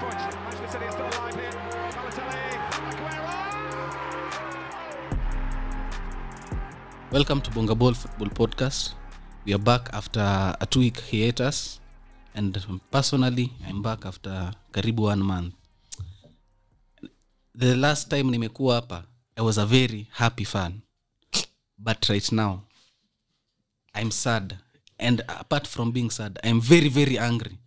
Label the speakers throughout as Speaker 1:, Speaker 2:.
Speaker 1: Balotelli is still alive here. Balotelli, Aguero!
Speaker 2: Welcome to Bonga Ball Football Podcast. We are back after a two week hiatus, and personally, I'm back after karibu one month. The last time nimekuwa hapa, I was a very happy fan, but right now, I'm sad, and apart from being sad, I'm very very angry.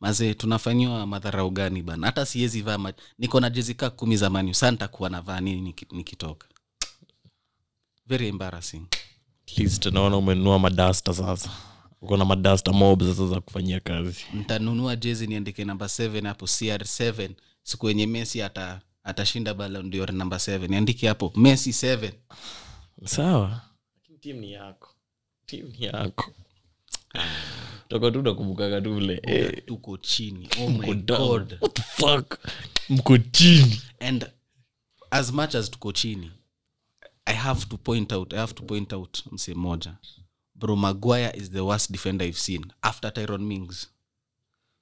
Speaker 2: Mazee, tunafanyiwa madharau gani bana? Hata siwezi vaa ma- niko na jezi kaa kumi za manu, saa nitakuwa navaa nini niki- nikitoka? Very embarrassing.
Speaker 3: At least naona umenunua madasta sasa uko na madasta mob sasa za kufanyia kazi
Speaker 2: ntanunua jezi niandike namba 7 hapo cr7 siku yenye messi ata atashinda balondior namba 7 niandike hapo messi 7
Speaker 3: sawa Lakini timu ni yako timu ni yako toko tu nakumbukaga tu vile eh,
Speaker 2: tuko chini oh my
Speaker 3: mko down.
Speaker 2: Oh god
Speaker 3: What the fuck? mko chini
Speaker 2: and as much as tuko chini i have to point out i have to point out mse moja bro maguire is the worst defender i've seen after tyron mings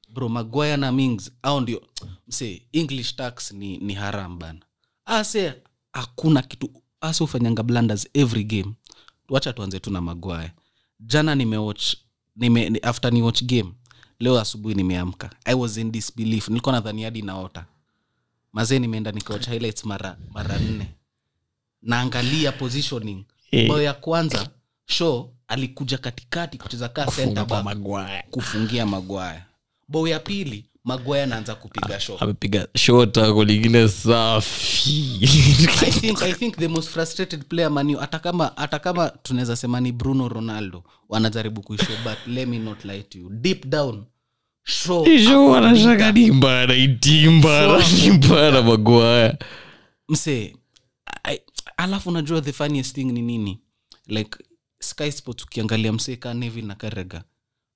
Speaker 2: bro maguire na mings au ndio mse english tax ni, ni haram bana ase hakuna kitu ase ufanyanga blunders every game wacha tuanze tu na maguire jana nimewatch nime, ni- after niwatch game leo asubuhi nimeamka i was in disbelief nilikuwa nadhani hadi naota mazee nimeenda nikaoch highlights mara mara nne naangalia positioning
Speaker 3: Eh.
Speaker 2: bao ya kwanza show alikuja katikati kucheza kaa center
Speaker 3: Funga kwa
Speaker 2: back
Speaker 3: Maguire.
Speaker 2: kufungia magwaya bao ya pili magwaya anaanza kupiga shot.
Speaker 3: amepiga shotako lingine safi
Speaker 2: I think, I think the most frustrated player manu hata kama hata kama tunaweza sema ni bruno ronaldo wanajaribu kuisho but let me not lie to you deep down Shaw
Speaker 3: Sure,
Speaker 2: hakulinda.
Speaker 3: anashaka ni mbara itimbara ni mbara magwaya
Speaker 2: mse I- alafu unajua the funniest thing ni nini like sky sports ukiangalia msee ka nevil na karega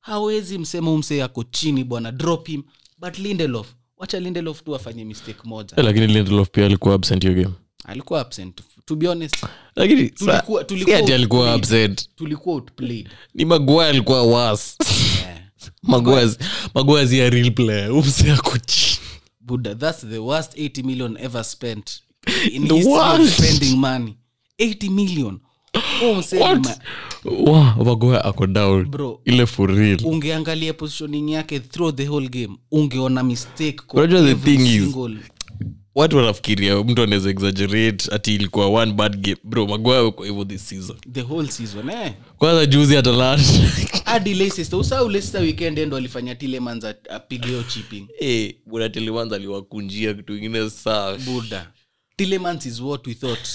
Speaker 2: hawezi msema huu msee ako chini bwana drop him but lindelof wacha lindelof tu afanye mistake moja
Speaker 3: Eh, lakini lindelof pia alikuwa absent hiyo game
Speaker 2: alikuwa absent to be honest
Speaker 3: lakini sa-
Speaker 2: Tulikuwa-
Speaker 3: si
Speaker 2: tulikuwa
Speaker 3: ati alikuwa
Speaker 2: outplayed.
Speaker 3: absent
Speaker 2: tulikuwa outplayed
Speaker 3: ni magwaya alikuwa was
Speaker 2: Eh,
Speaker 3: magwazi ya real player umse ako chini
Speaker 2: buda that's the worst 80 million ever spent in
Speaker 3: The
Speaker 2: history of
Speaker 3: worst.
Speaker 2: spending money 80 million Huu msee ni
Speaker 3: What?
Speaker 2: ma-
Speaker 3: Wa, magwaya ako down
Speaker 2: Bro.
Speaker 3: ile for real
Speaker 2: ungeangalia positioning yake through the whole game ungeona mistake kwa
Speaker 3: Unajua the
Speaker 2: every
Speaker 3: thing is-
Speaker 2: single-
Speaker 3: watu wanafikiria mtu anaweza exaggerate ati ilikuwa one bad game bro magwaya uko hivyo this season
Speaker 2: the whole season eh
Speaker 3: kwanza juzi atalata
Speaker 2: hadi leicester usahau leicester weekend endo alifanya tilemans at- apige hiyo chipping
Speaker 3: Eh, bwana Tielemans aliwakunjia kitu ingine safi
Speaker 2: buda tilemans is what we thought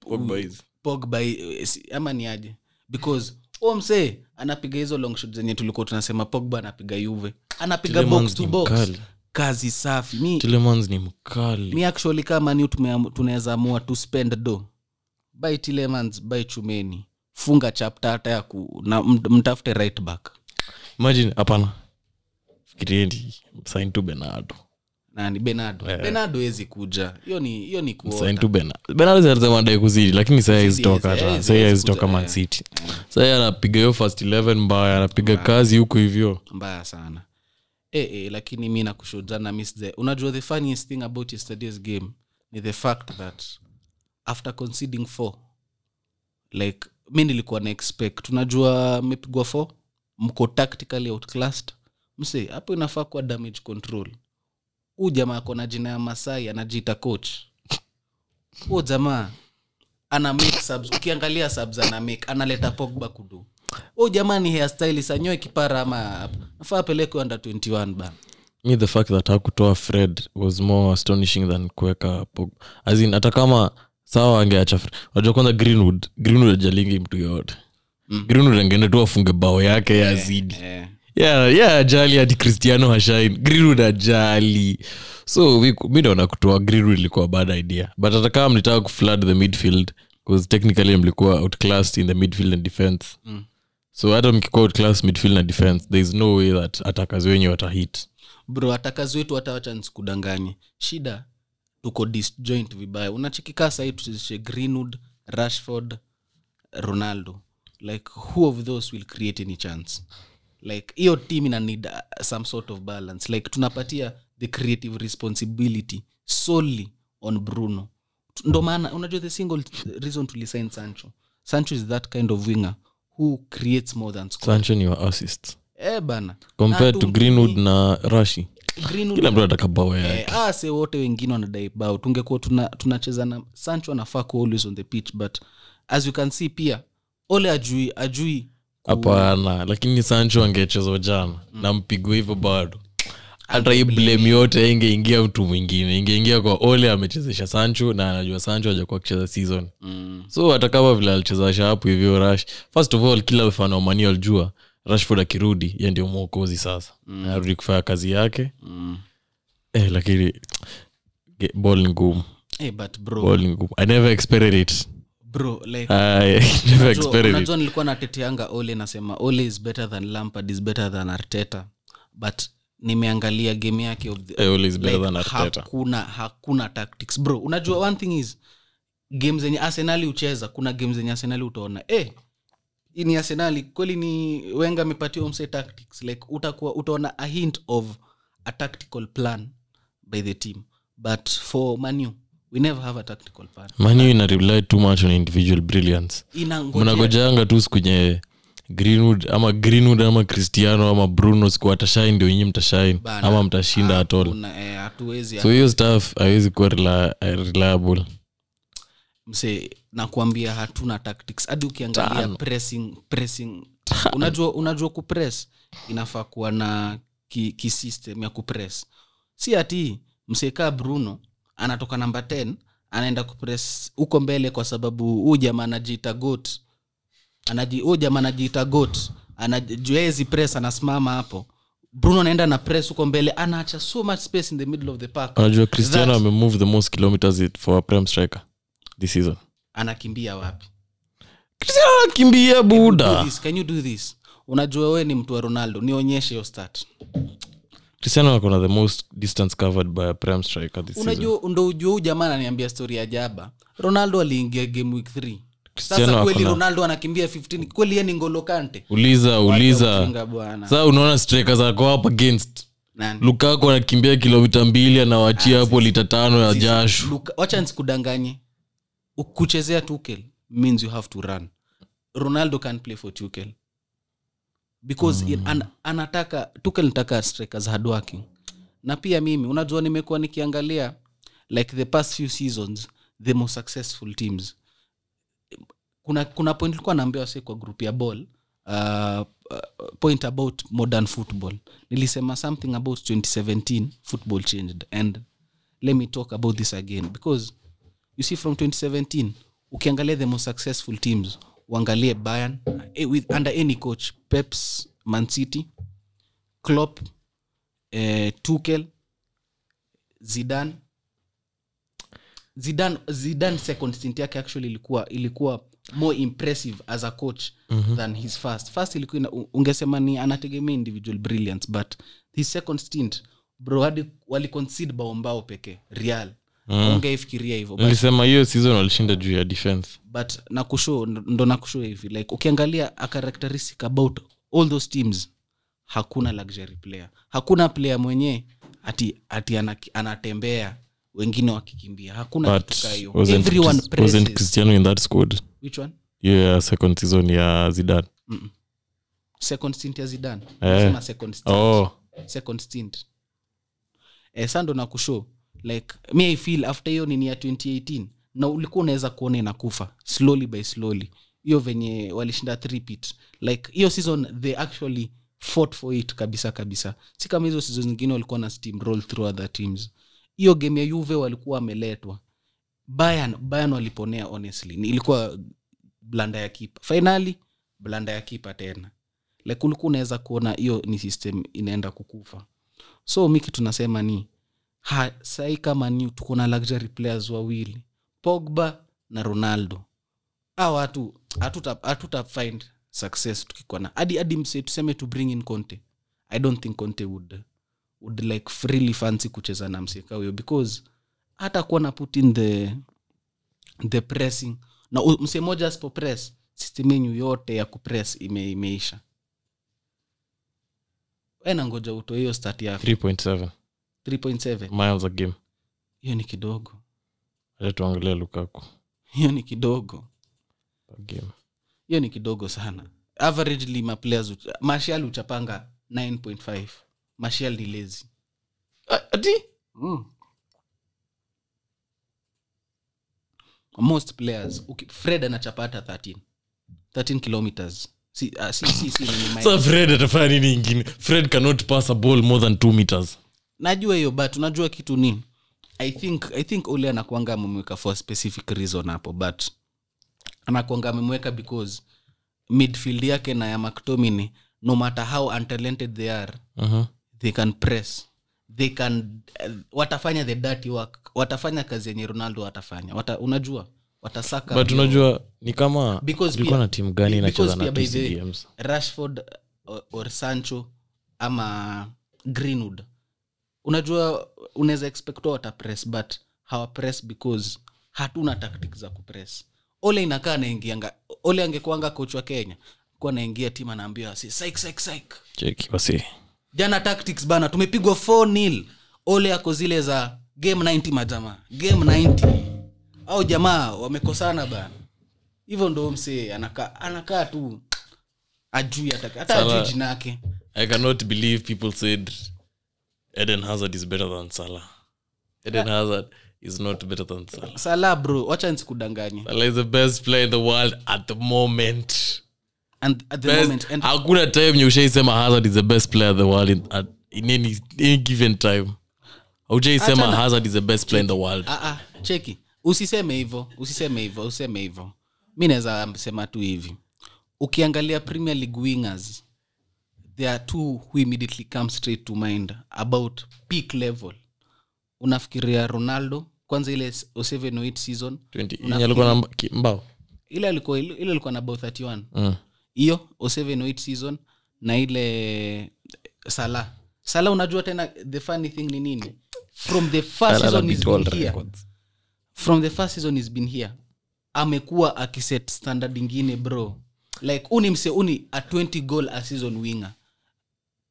Speaker 3: Pogba is-
Speaker 2: pogba eh, si- ama ni aje because omse anapiga hizo long shot zenye tulikuwa tunasema pogba anapiga yuve anapiga box
Speaker 3: Tielemans
Speaker 2: to
Speaker 3: ni
Speaker 2: box
Speaker 3: mkali.
Speaker 2: kazi safi mi,
Speaker 3: Tielemans ni mkali
Speaker 2: mi actually kama ni tunaweza amua tu spend do by tilemans by chumeni funga chapta hata ya ku, na mt- mtafute right back
Speaker 3: imagine hapana fikirieni sign to benardo
Speaker 2: nani benado yeah. benado wezi kuja hiyo ni hiyo ni
Speaker 3: sign
Speaker 2: kuota
Speaker 3: to benardo benardo zinasema dai kuzidi lakini saa
Speaker 2: Kuzidi,
Speaker 3: haizitoka
Speaker 2: yes,
Speaker 3: hata
Speaker 2: yes,
Speaker 3: saa
Speaker 2: yes,
Speaker 3: haizitoka
Speaker 2: kuza-
Speaker 3: man city saa anapiga hiyo first 11 mbaya
Speaker 2: Ah.
Speaker 3: anapiga kazi huko hivyo
Speaker 2: mbaya sana e, e, lakini mi nakushujana miss the unajua the funniest thing about yesterday's game ni the fact that after conceding four like mi nilikuwa na expect unajua mmepigwa four mko tactically outclassed mse hapo inafaa kuwa damage control huu jamaa akona jina ya masai anajiita coach huo jamaa ana make subs ukiangalia subs ana make analeta pogba kudu huu jamaa ni hairstyle sanyoe kipara ama nafaa apelekwe under 21 bana
Speaker 3: mi the fact that hakutoa fred was more astonishing than kuweka Pogba. As in, hata kama sawa angeacha Fred. unajua kwanza greenwood greenwood ajalingi mtu yoyote greenwood angeenda tu afunge bao yake ya zidi
Speaker 2: Mm. eh.
Speaker 3: yeah, yeah, ajali hadi cristiano hashain greenwood ajali so mi- mi naona kutoa greenwood ilikuwa bad idea but hata kama mlitaka kuflood the midfield bcause technically mlikuwa outclassed in the midfield and defense mm. so hata mkikuwa outclassed midfield and defense there is no way that atakazi wenye watahit
Speaker 2: bro hata kazi wetu hata wacha nisikudanganye shida tuko disjoint vibaya unachikikaa sahii tuchezeshe greenwood rashford ronaldo like who of those will create any chance like hiyo team ina need uh, some sort of balance like tunapatia the creative responsibility solely on bruno Tu- ndo maana unajua the single reason tulisign sancho sancho is that kind of winger who creates more than score.
Speaker 3: sancho ni wa assist
Speaker 2: eh bana
Speaker 3: compared
Speaker 2: Na
Speaker 3: to
Speaker 2: tumtumi-
Speaker 3: greenwood na rashi
Speaker 2: Greenwood
Speaker 3: kila mtu anataka bao yake
Speaker 2: Eh, ase wote wengine wanadai bao tungekuwa tuna- tunacheza na sancho anafaa kuwa always on the pitch but as you can see pia ole ajui ajui ku-
Speaker 3: hapana lakini sancho angechezwa jana
Speaker 2: Mm.
Speaker 3: na mpigwa hivyo bado hata hii blame yote ingeingia mtu mwingine ingeingia kwa ole amechezesha sancho na anajua sancho ajakuwa akicheza season
Speaker 2: Mm,
Speaker 3: so hata kama vile alicheza shapu hivyo rash first of all kila mfano wa mani alijua rashford akirudi ye ndio mwokozi sasa mm. arudi kufanya kazi yake
Speaker 2: mm.
Speaker 3: eh, lakini ge- ball ni ngumu
Speaker 2: Eh, but bro,
Speaker 3: ball ni ngumu i never expected it
Speaker 2: bro like
Speaker 3: i never
Speaker 2: unajua-
Speaker 3: expected it
Speaker 2: unajua nilikuwa nateteanga ole nasema ole is better than lampard is better than arteta but nimeangalia game yake of the,
Speaker 3: Eh, Ole is better
Speaker 2: like,
Speaker 3: than Arteta.
Speaker 2: hakuna hakuna tactics bro unajua one thing is game zenye arsenali ucheza kuna game zenye arsenali utaona eh hii ni arsenali kweli ni wenga amepatiwa mse tactics like utakuwa utaona a hint of a tactical plan by the team but for manu we never have a tactical plan
Speaker 3: mani ina rely too much on individual brilliance
Speaker 2: inangojea
Speaker 3: mnagojanga tu sikunye greenwood ama greenwood ama cristiano ama bruno siku atashine ndio nyinyi mtashine
Speaker 2: Bana.
Speaker 3: ama mtashinda atol
Speaker 2: Kuna, eh, hatuwezi
Speaker 3: so hiyo staff haiwezi kuwa rela- eh, reliable
Speaker 2: mse nakuambia hatuna tactics hadi ukiangalia pressing pressing unajua unajua kupress inafaa kuwa na ki, ki system ya kupress si ati msekaa bruno anatoka namba 10 anaenda kupress huko mbele kwa sababu huu jamaa anajiita got Anaji- huyu jamaa anajiita got anajuezi press anasimama hapo bruno anaenda na press huko mbele anaacha so much space in the middle of the park
Speaker 3: unajua cristiano
Speaker 2: That-
Speaker 3: amemove the most kilometers it- for a prem striker this season
Speaker 2: anakimbia wapi
Speaker 3: cristiano anakimbia
Speaker 2: do
Speaker 3: buda
Speaker 2: this, can you do this unajua we ni mtu wa ronaldo nionyeshe hiyo stat
Speaker 3: cristiano akona the most distance covered by a prem striker this season
Speaker 2: unajua ndo ujua huu jamaa ananiambia story ya jaba ronaldo aliingia game week 3
Speaker 3: Cristiano
Speaker 2: sasa kweli
Speaker 3: hakuna-
Speaker 2: ronaldo anakimbia 15 kweli yeye ni ngolokante
Speaker 3: uliza uliza
Speaker 2: Kinga bwana
Speaker 3: saa unaona striker zako up against
Speaker 2: Nani?
Speaker 3: lukaku anakimbia kilomita mbili anawachia hapo lita tano ya jasho
Speaker 2: Luka- wacha nsikudanganye U- kuchezea tukel means you have to run ronaldo can play for tukel because mm. an, anataka tukel nataka strikers hard working na pia mimi unajua nimekuwa nikiangalia like the past few seasons the most successful teams kuna kuna point ilikuwa naambia wase kwa group ya ball uh, uh, point about modern football nilisema something about 2017 football changed and let me talk about this again because you see from 2017 ukiangalia the most successful teams uangalie bayern eh, with, under any coach peps mancity clop eh, tukel zidan zidan zidan second stint yake actually ilikuwa ilikuwa more impressive as a coach mm-hmm. than his first first ilikuwa ina- u- ungesema ni anategemea individual brilliance but his second stint bro hadi waliconcede bao mbao pekee real mm. ungeifikiria hivyo but,
Speaker 3: nilisema hiyo season walishinda juu ya defense
Speaker 2: but nakusho ndo nakusho hivi like ukiangalia a characteristic about all those teams hakuna luxury player hakuna player mwenye ati, ati ana, anatembea wengine wakikimbia hakuna
Speaker 3: but
Speaker 2: kitu kaa hiyo
Speaker 3: wasn't,
Speaker 2: everyone
Speaker 3: Chris- wasn't
Speaker 2: praises
Speaker 3: cristiano in that squad
Speaker 2: which one
Speaker 3: hiyo ya second season ya zidan
Speaker 2: second stint ya zidan
Speaker 3: Eh.
Speaker 2: yeah. second stint
Speaker 3: oh
Speaker 2: second stint eh, sando na kushow like me i feel after hiyo nini ya 2018 na ulikuwa unaweza kuona inakufa slowly by slowly hiyo venye walishinda three pit like hiyo season they actually fought for it kabisa kabisa si kama hizo season zingine walikuwa na steamroll through other teams hiyo game ya uve walikuwa wameletwa Bayern, Bayern waliponea honestly Ni- ilikuwa blanda ya kipa fainali blanda ya kipa tena like ulikuwa unaweza kuona hiyo ni system inaenda kukufa so mi kitu nasema ni ha, sai kama ni tuko na luxury players wawili pogba na ronaldo a watu hatuta hatuta find success tukikuwa na hadi hadi mse tuseme to bring in conte i don't think conte would would like freely fancy kucheza na mseka huyo because hata kuwa na put in the the pressing na u- mse moja asipo press system yenyu yote ya kupress ime, imeisha we nangoja utoe hiyo stat yako
Speaker 3: 3.7
Speaker 2: 3.7
Speaker 3: miles a game
Speaker 2: hiyo ni kidogo
Speaker 3: acha tuangalie lukaku
Speaker 2: hiyo ni kidogo
Speaker 3: per game
Speaker 2: hiyo ni kidogo sana averagely maplayers uta, marshal utapanga 9.5 marshal ni lazy Ah,
Speaker 3: A- ati
Speaker 2: mm. most players uki, fred anachapata 13 13 kilometers si, uh, si, si, si, ni mile.
Speaker 3: sa fred atafanya nini ingine fred cannot pass a ball more than two meters
Speaker 2: najua hiyo but unajua kitu ni i think i think ole anakuanga amemweka for a specific reason hapo but anakuanga amemweka because midfield yake na ya mctomini no matter how untalented they are
Speaker 3: uh-huh.
Speaker 2: they can press they can uh, watafanya the dirty work watafanya kazi yenye ronaldo atafanya Wata, unajua watasaka
Speaker 3: but unajua ni kama
Speaker 2: Because
Speaker 3: ilikuwa
Speaker 2: pia-
Speaker 3: na timu gani
Speaker 2: because
Speaker 3: inacheza na
Speaker 2: pia by the way-
Speaker 3: TC games
Speaker 2: rashford or, or sancho ama greenwood unajua unaweza expect wao watapress but hawapress because hatuna tactic za kupress ole inakaa anaingianga ole angekuanga coach wa kenya kuwa anaingia timu anaambiwa si saik saik saik
Speaker 3: cheki wasi
Speaker 2: jana tactics bana tumepigwa 4 nil ole ako zile za game 90 majamaa game 90 au jamaa wamekosana bana hivyo ndo msee anakaa anakaa tu ajui hata hata
Speaker 3: Salah.
Speaker 2: ajui jina yake
Speaker 3: i cannot believe people said eden hazard is better than salah eden hazard is not better than salah
Speaker 2: sala bro wacha nisikudanganye
Speaker 3: salah is the best player in the world at the moment
Speaker 2: and at the moment
Speaker 3: best,
Speaker 2: and
Speaker 3: hakuna time nye ushaisema hazard is the best player in the world in, at, in any, any given time haujaisema
Speaker 2: Achana.
Speaker 3: hazard is the best player in the world
Speaker 2: ah, ah, cheki usiseme hivyo usiseme hivyo usiseme hivyo mi naweza sema tu hivi ukiangalia premier league wingers there are two who immediately come straight to mind about peak level unafikiria ronaldo kwanza ile s- 07 08 season
Speaker 3: 20 yenye alikuwa na mba- ki- mbao
Speaker 2: ile alikuwa ile alikuwa na about 31
Speaker 3: Mm.
Speaker 2: hiyo 07 08 season na ile sala sala unajua tena the funny thing ni nini from the first
Speaker 3: Salah
Speaker 2: season
Speaker 3: beat
Speaker 2: he's
Speaker 3: all
Speaker 2: been here
Speaker 3: records.
Speaker 2: from the first season he's been here amekuwa akiset standard ingine bro like uni mse uni a 20 goal a season winger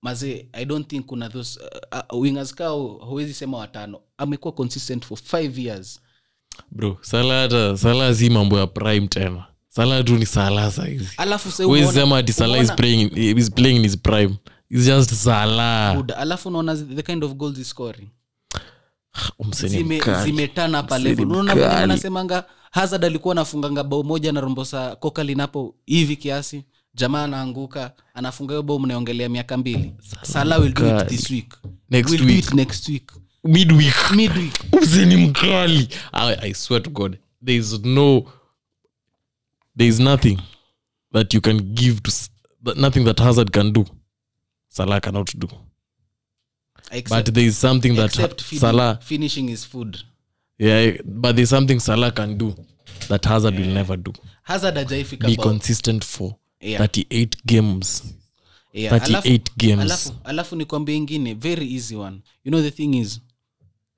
Speaker 2: maze i don't think kuna those uh, uh, wingers kaa huwezi sema watano amekuwa consistent for five years
Speaker 3: bro Salah hata Salah si mambo ya prime tena Salah tu ni Salah saizi
Speaker 2: alafu se
Speaker 3: Huwezi
Speaker 2: umeona-
Speaker 3: sema ati Salah is
Speaker 2: umeona-
Speaker 3: playing is playing in his prime It's just Salah
Speaker 2: Good. alafu unaona the kind of goals he's scoring
Speaker 3: umseni
Speaker 2: Zime-
Speaker 3: mkali
Speaker 2: zimetana pa
Speaker 3: Mseni
Speaker 2: level unaona
Speaker 3: mkali.
Speaker 2: mwenyewe anasemanga hazard alikuwa anafunganga bao moja na rombosa koka linapo hivi kiasi jamaa anaanguka anafunga hiyo bao mnaongelea miaka mbili sala will do it
Speaker 3: mkali.
Speaker 2: this week
Speaker 3: Next
Speaker 2: will
Speaker 3: week.
Speaker 2: do it next week
Speaker 3: midweek
Speaker 2: midweek
Speaker 3: umseni mkali I, i swear to god there is no there is nothing that you can give to s- that- nothing that hazard can do salah cannot do
Speaker 2: except,
Speaker 3: but there is something that
Speaker 2: except feeding,
Speaker 3: salah
Speaker 2: finishing his food
Speaker 3: yeah but there's something salah can do that hazard will never do
Speaker 2: hazard hajaifika
Speaker 3: be
Speaker 2: bao.
Speaker 3: consistent for
Speaker 2: Yeah.
Speaker 3: 38 games
Speaker 2: Yeah,
Speaker 3: 38 games.
Speaker 2: Eh, alafu, alafu nikwambia ingine very easy one you know the thing is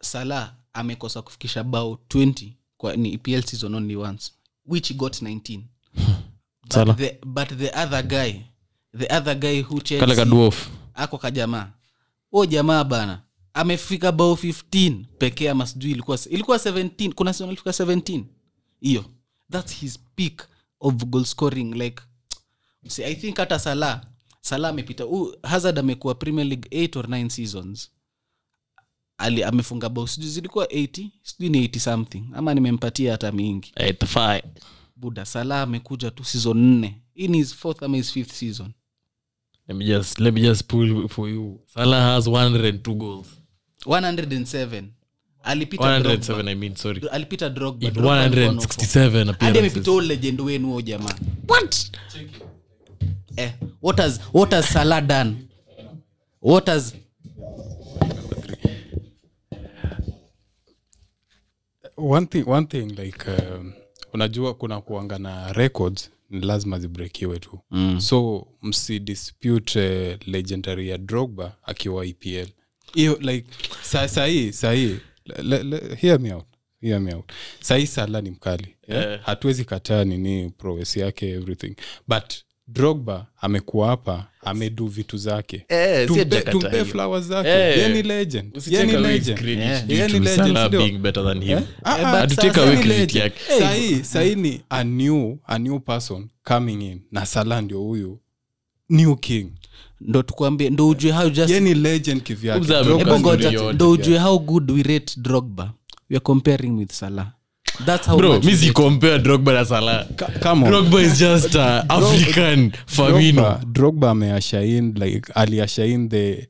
Speaker 2: salah amekosa kufikisha bao 20 kwa ni epl season only once which he got 19
Speaker 3: Salah.
Speaker 2: but the, but the other guy the other guy who
Speaker 3: kale
Speaker 2: Chelsea-
Speaker 3: ka dwarf
Speaker 2: ako kajamaa huo jamaa bana amefika bao 15 pekee ama sijui ilikuwa ilikuwa 17 kuna season alifika 17 hiyo thats his peak of goal scoring like see, i think hata salah salah amepita huyu hazard amekuwa premier league 8 or 9 seasons Ali, amefunga bao sijui zilikuwa 80 sijui ni 80 something ama nimempatia hata mingi buda salah amekuja tu season 4 hii ni his fourth ama his fifth season
Speaker 3: let me just let me just pull for you salah has 102 goals
Speaker 2: 107 alipita Drogba.
Speaker 3: 107 i mean sorry
Speaker 2: alipita Drogba,
Speaker 3: in
Speaker 2: Drogba alikuwa na four.
Speaker 3: 167
Speaker 2: hadi amepita
Speaker 3: appearances.
Speaker 2: huyo legend wenu huyo jamaa
Speaker 3: What?
Speaker 2: eh, what has, what has Salah done what has
Speaker 4: one thing, one thing like um, unajua kuna kuanga na records ni lazima zibrekiwe tu mm. so msidispute uh, legendary ya drogba akiwa epl hiyo like sa- sahii sahii le- le- hear me out hear me out eh? sahii sala ni mkali yeah? hatuwezi kataa nini prowess yake everything but drogba amekuwa hapa amedu vitu zake
Speaker 5: Eh, si
Speaker 4: tumpe,
Speaker 5: Jakarta
Speaker 4: tumpe
Speaker 5: hiyo.
Speaker 4: flowers zake
Speaker 3: Eh.
Speaker 4: yeye ni legend
Speaker 3: Usicheke
Speaker 4: yeye ni
Speaker 3: away his
Speaker 4: legend Eh,
Speaker 3: credit due
Speaker 4: Yeye ni
Speaker 3: to
Speaker 4: legend,
Speaker 3: Salah
Speaker 4: ndio?
Speaker 3: being better than him.
Speaker 4: Ah, ah,
Speaker 3: But Atutake
Speaker 4: sasa
Speaker 3: away
Speaker 4: ni
Speaker 3: credit
Speaker 4: legend.
Speaker 3: yake.
Speaker 4: Sahi- sahi ni a new, a new person coming in na sala ndio huyu new king
Speaker 2: ndo tukwambie ndo ujue how just
Speaker 4: Yeye ni legend kivyake.
Speaker 3: Ubza
Speaker 4: Drogba
Speaker 3: amekaa
Speaker 2: Hebu
Speaker 4: ni
Speaker 3: Kanzuri
Speaker 2: ngoja,
Speaker 4: legend
Speaker 3: yote
Speaker 2: ndo
Speaker 4: kivyake.
Speaker 2: ujue how good we rate drogba weare comparing with salah that's how
Speaker 3: Bro,
Speaker 2: much
Speaker 3: mi
Speaker 2: we rate.
Speaker 3: sicompare drogba na salah
Speaker 4: Ka- come on.
Speaker 3: drogba is just a african
Speaker 4: Drogba-
Speaker 3: famino
Speaker 4: drogba ameashain like aliashain the, the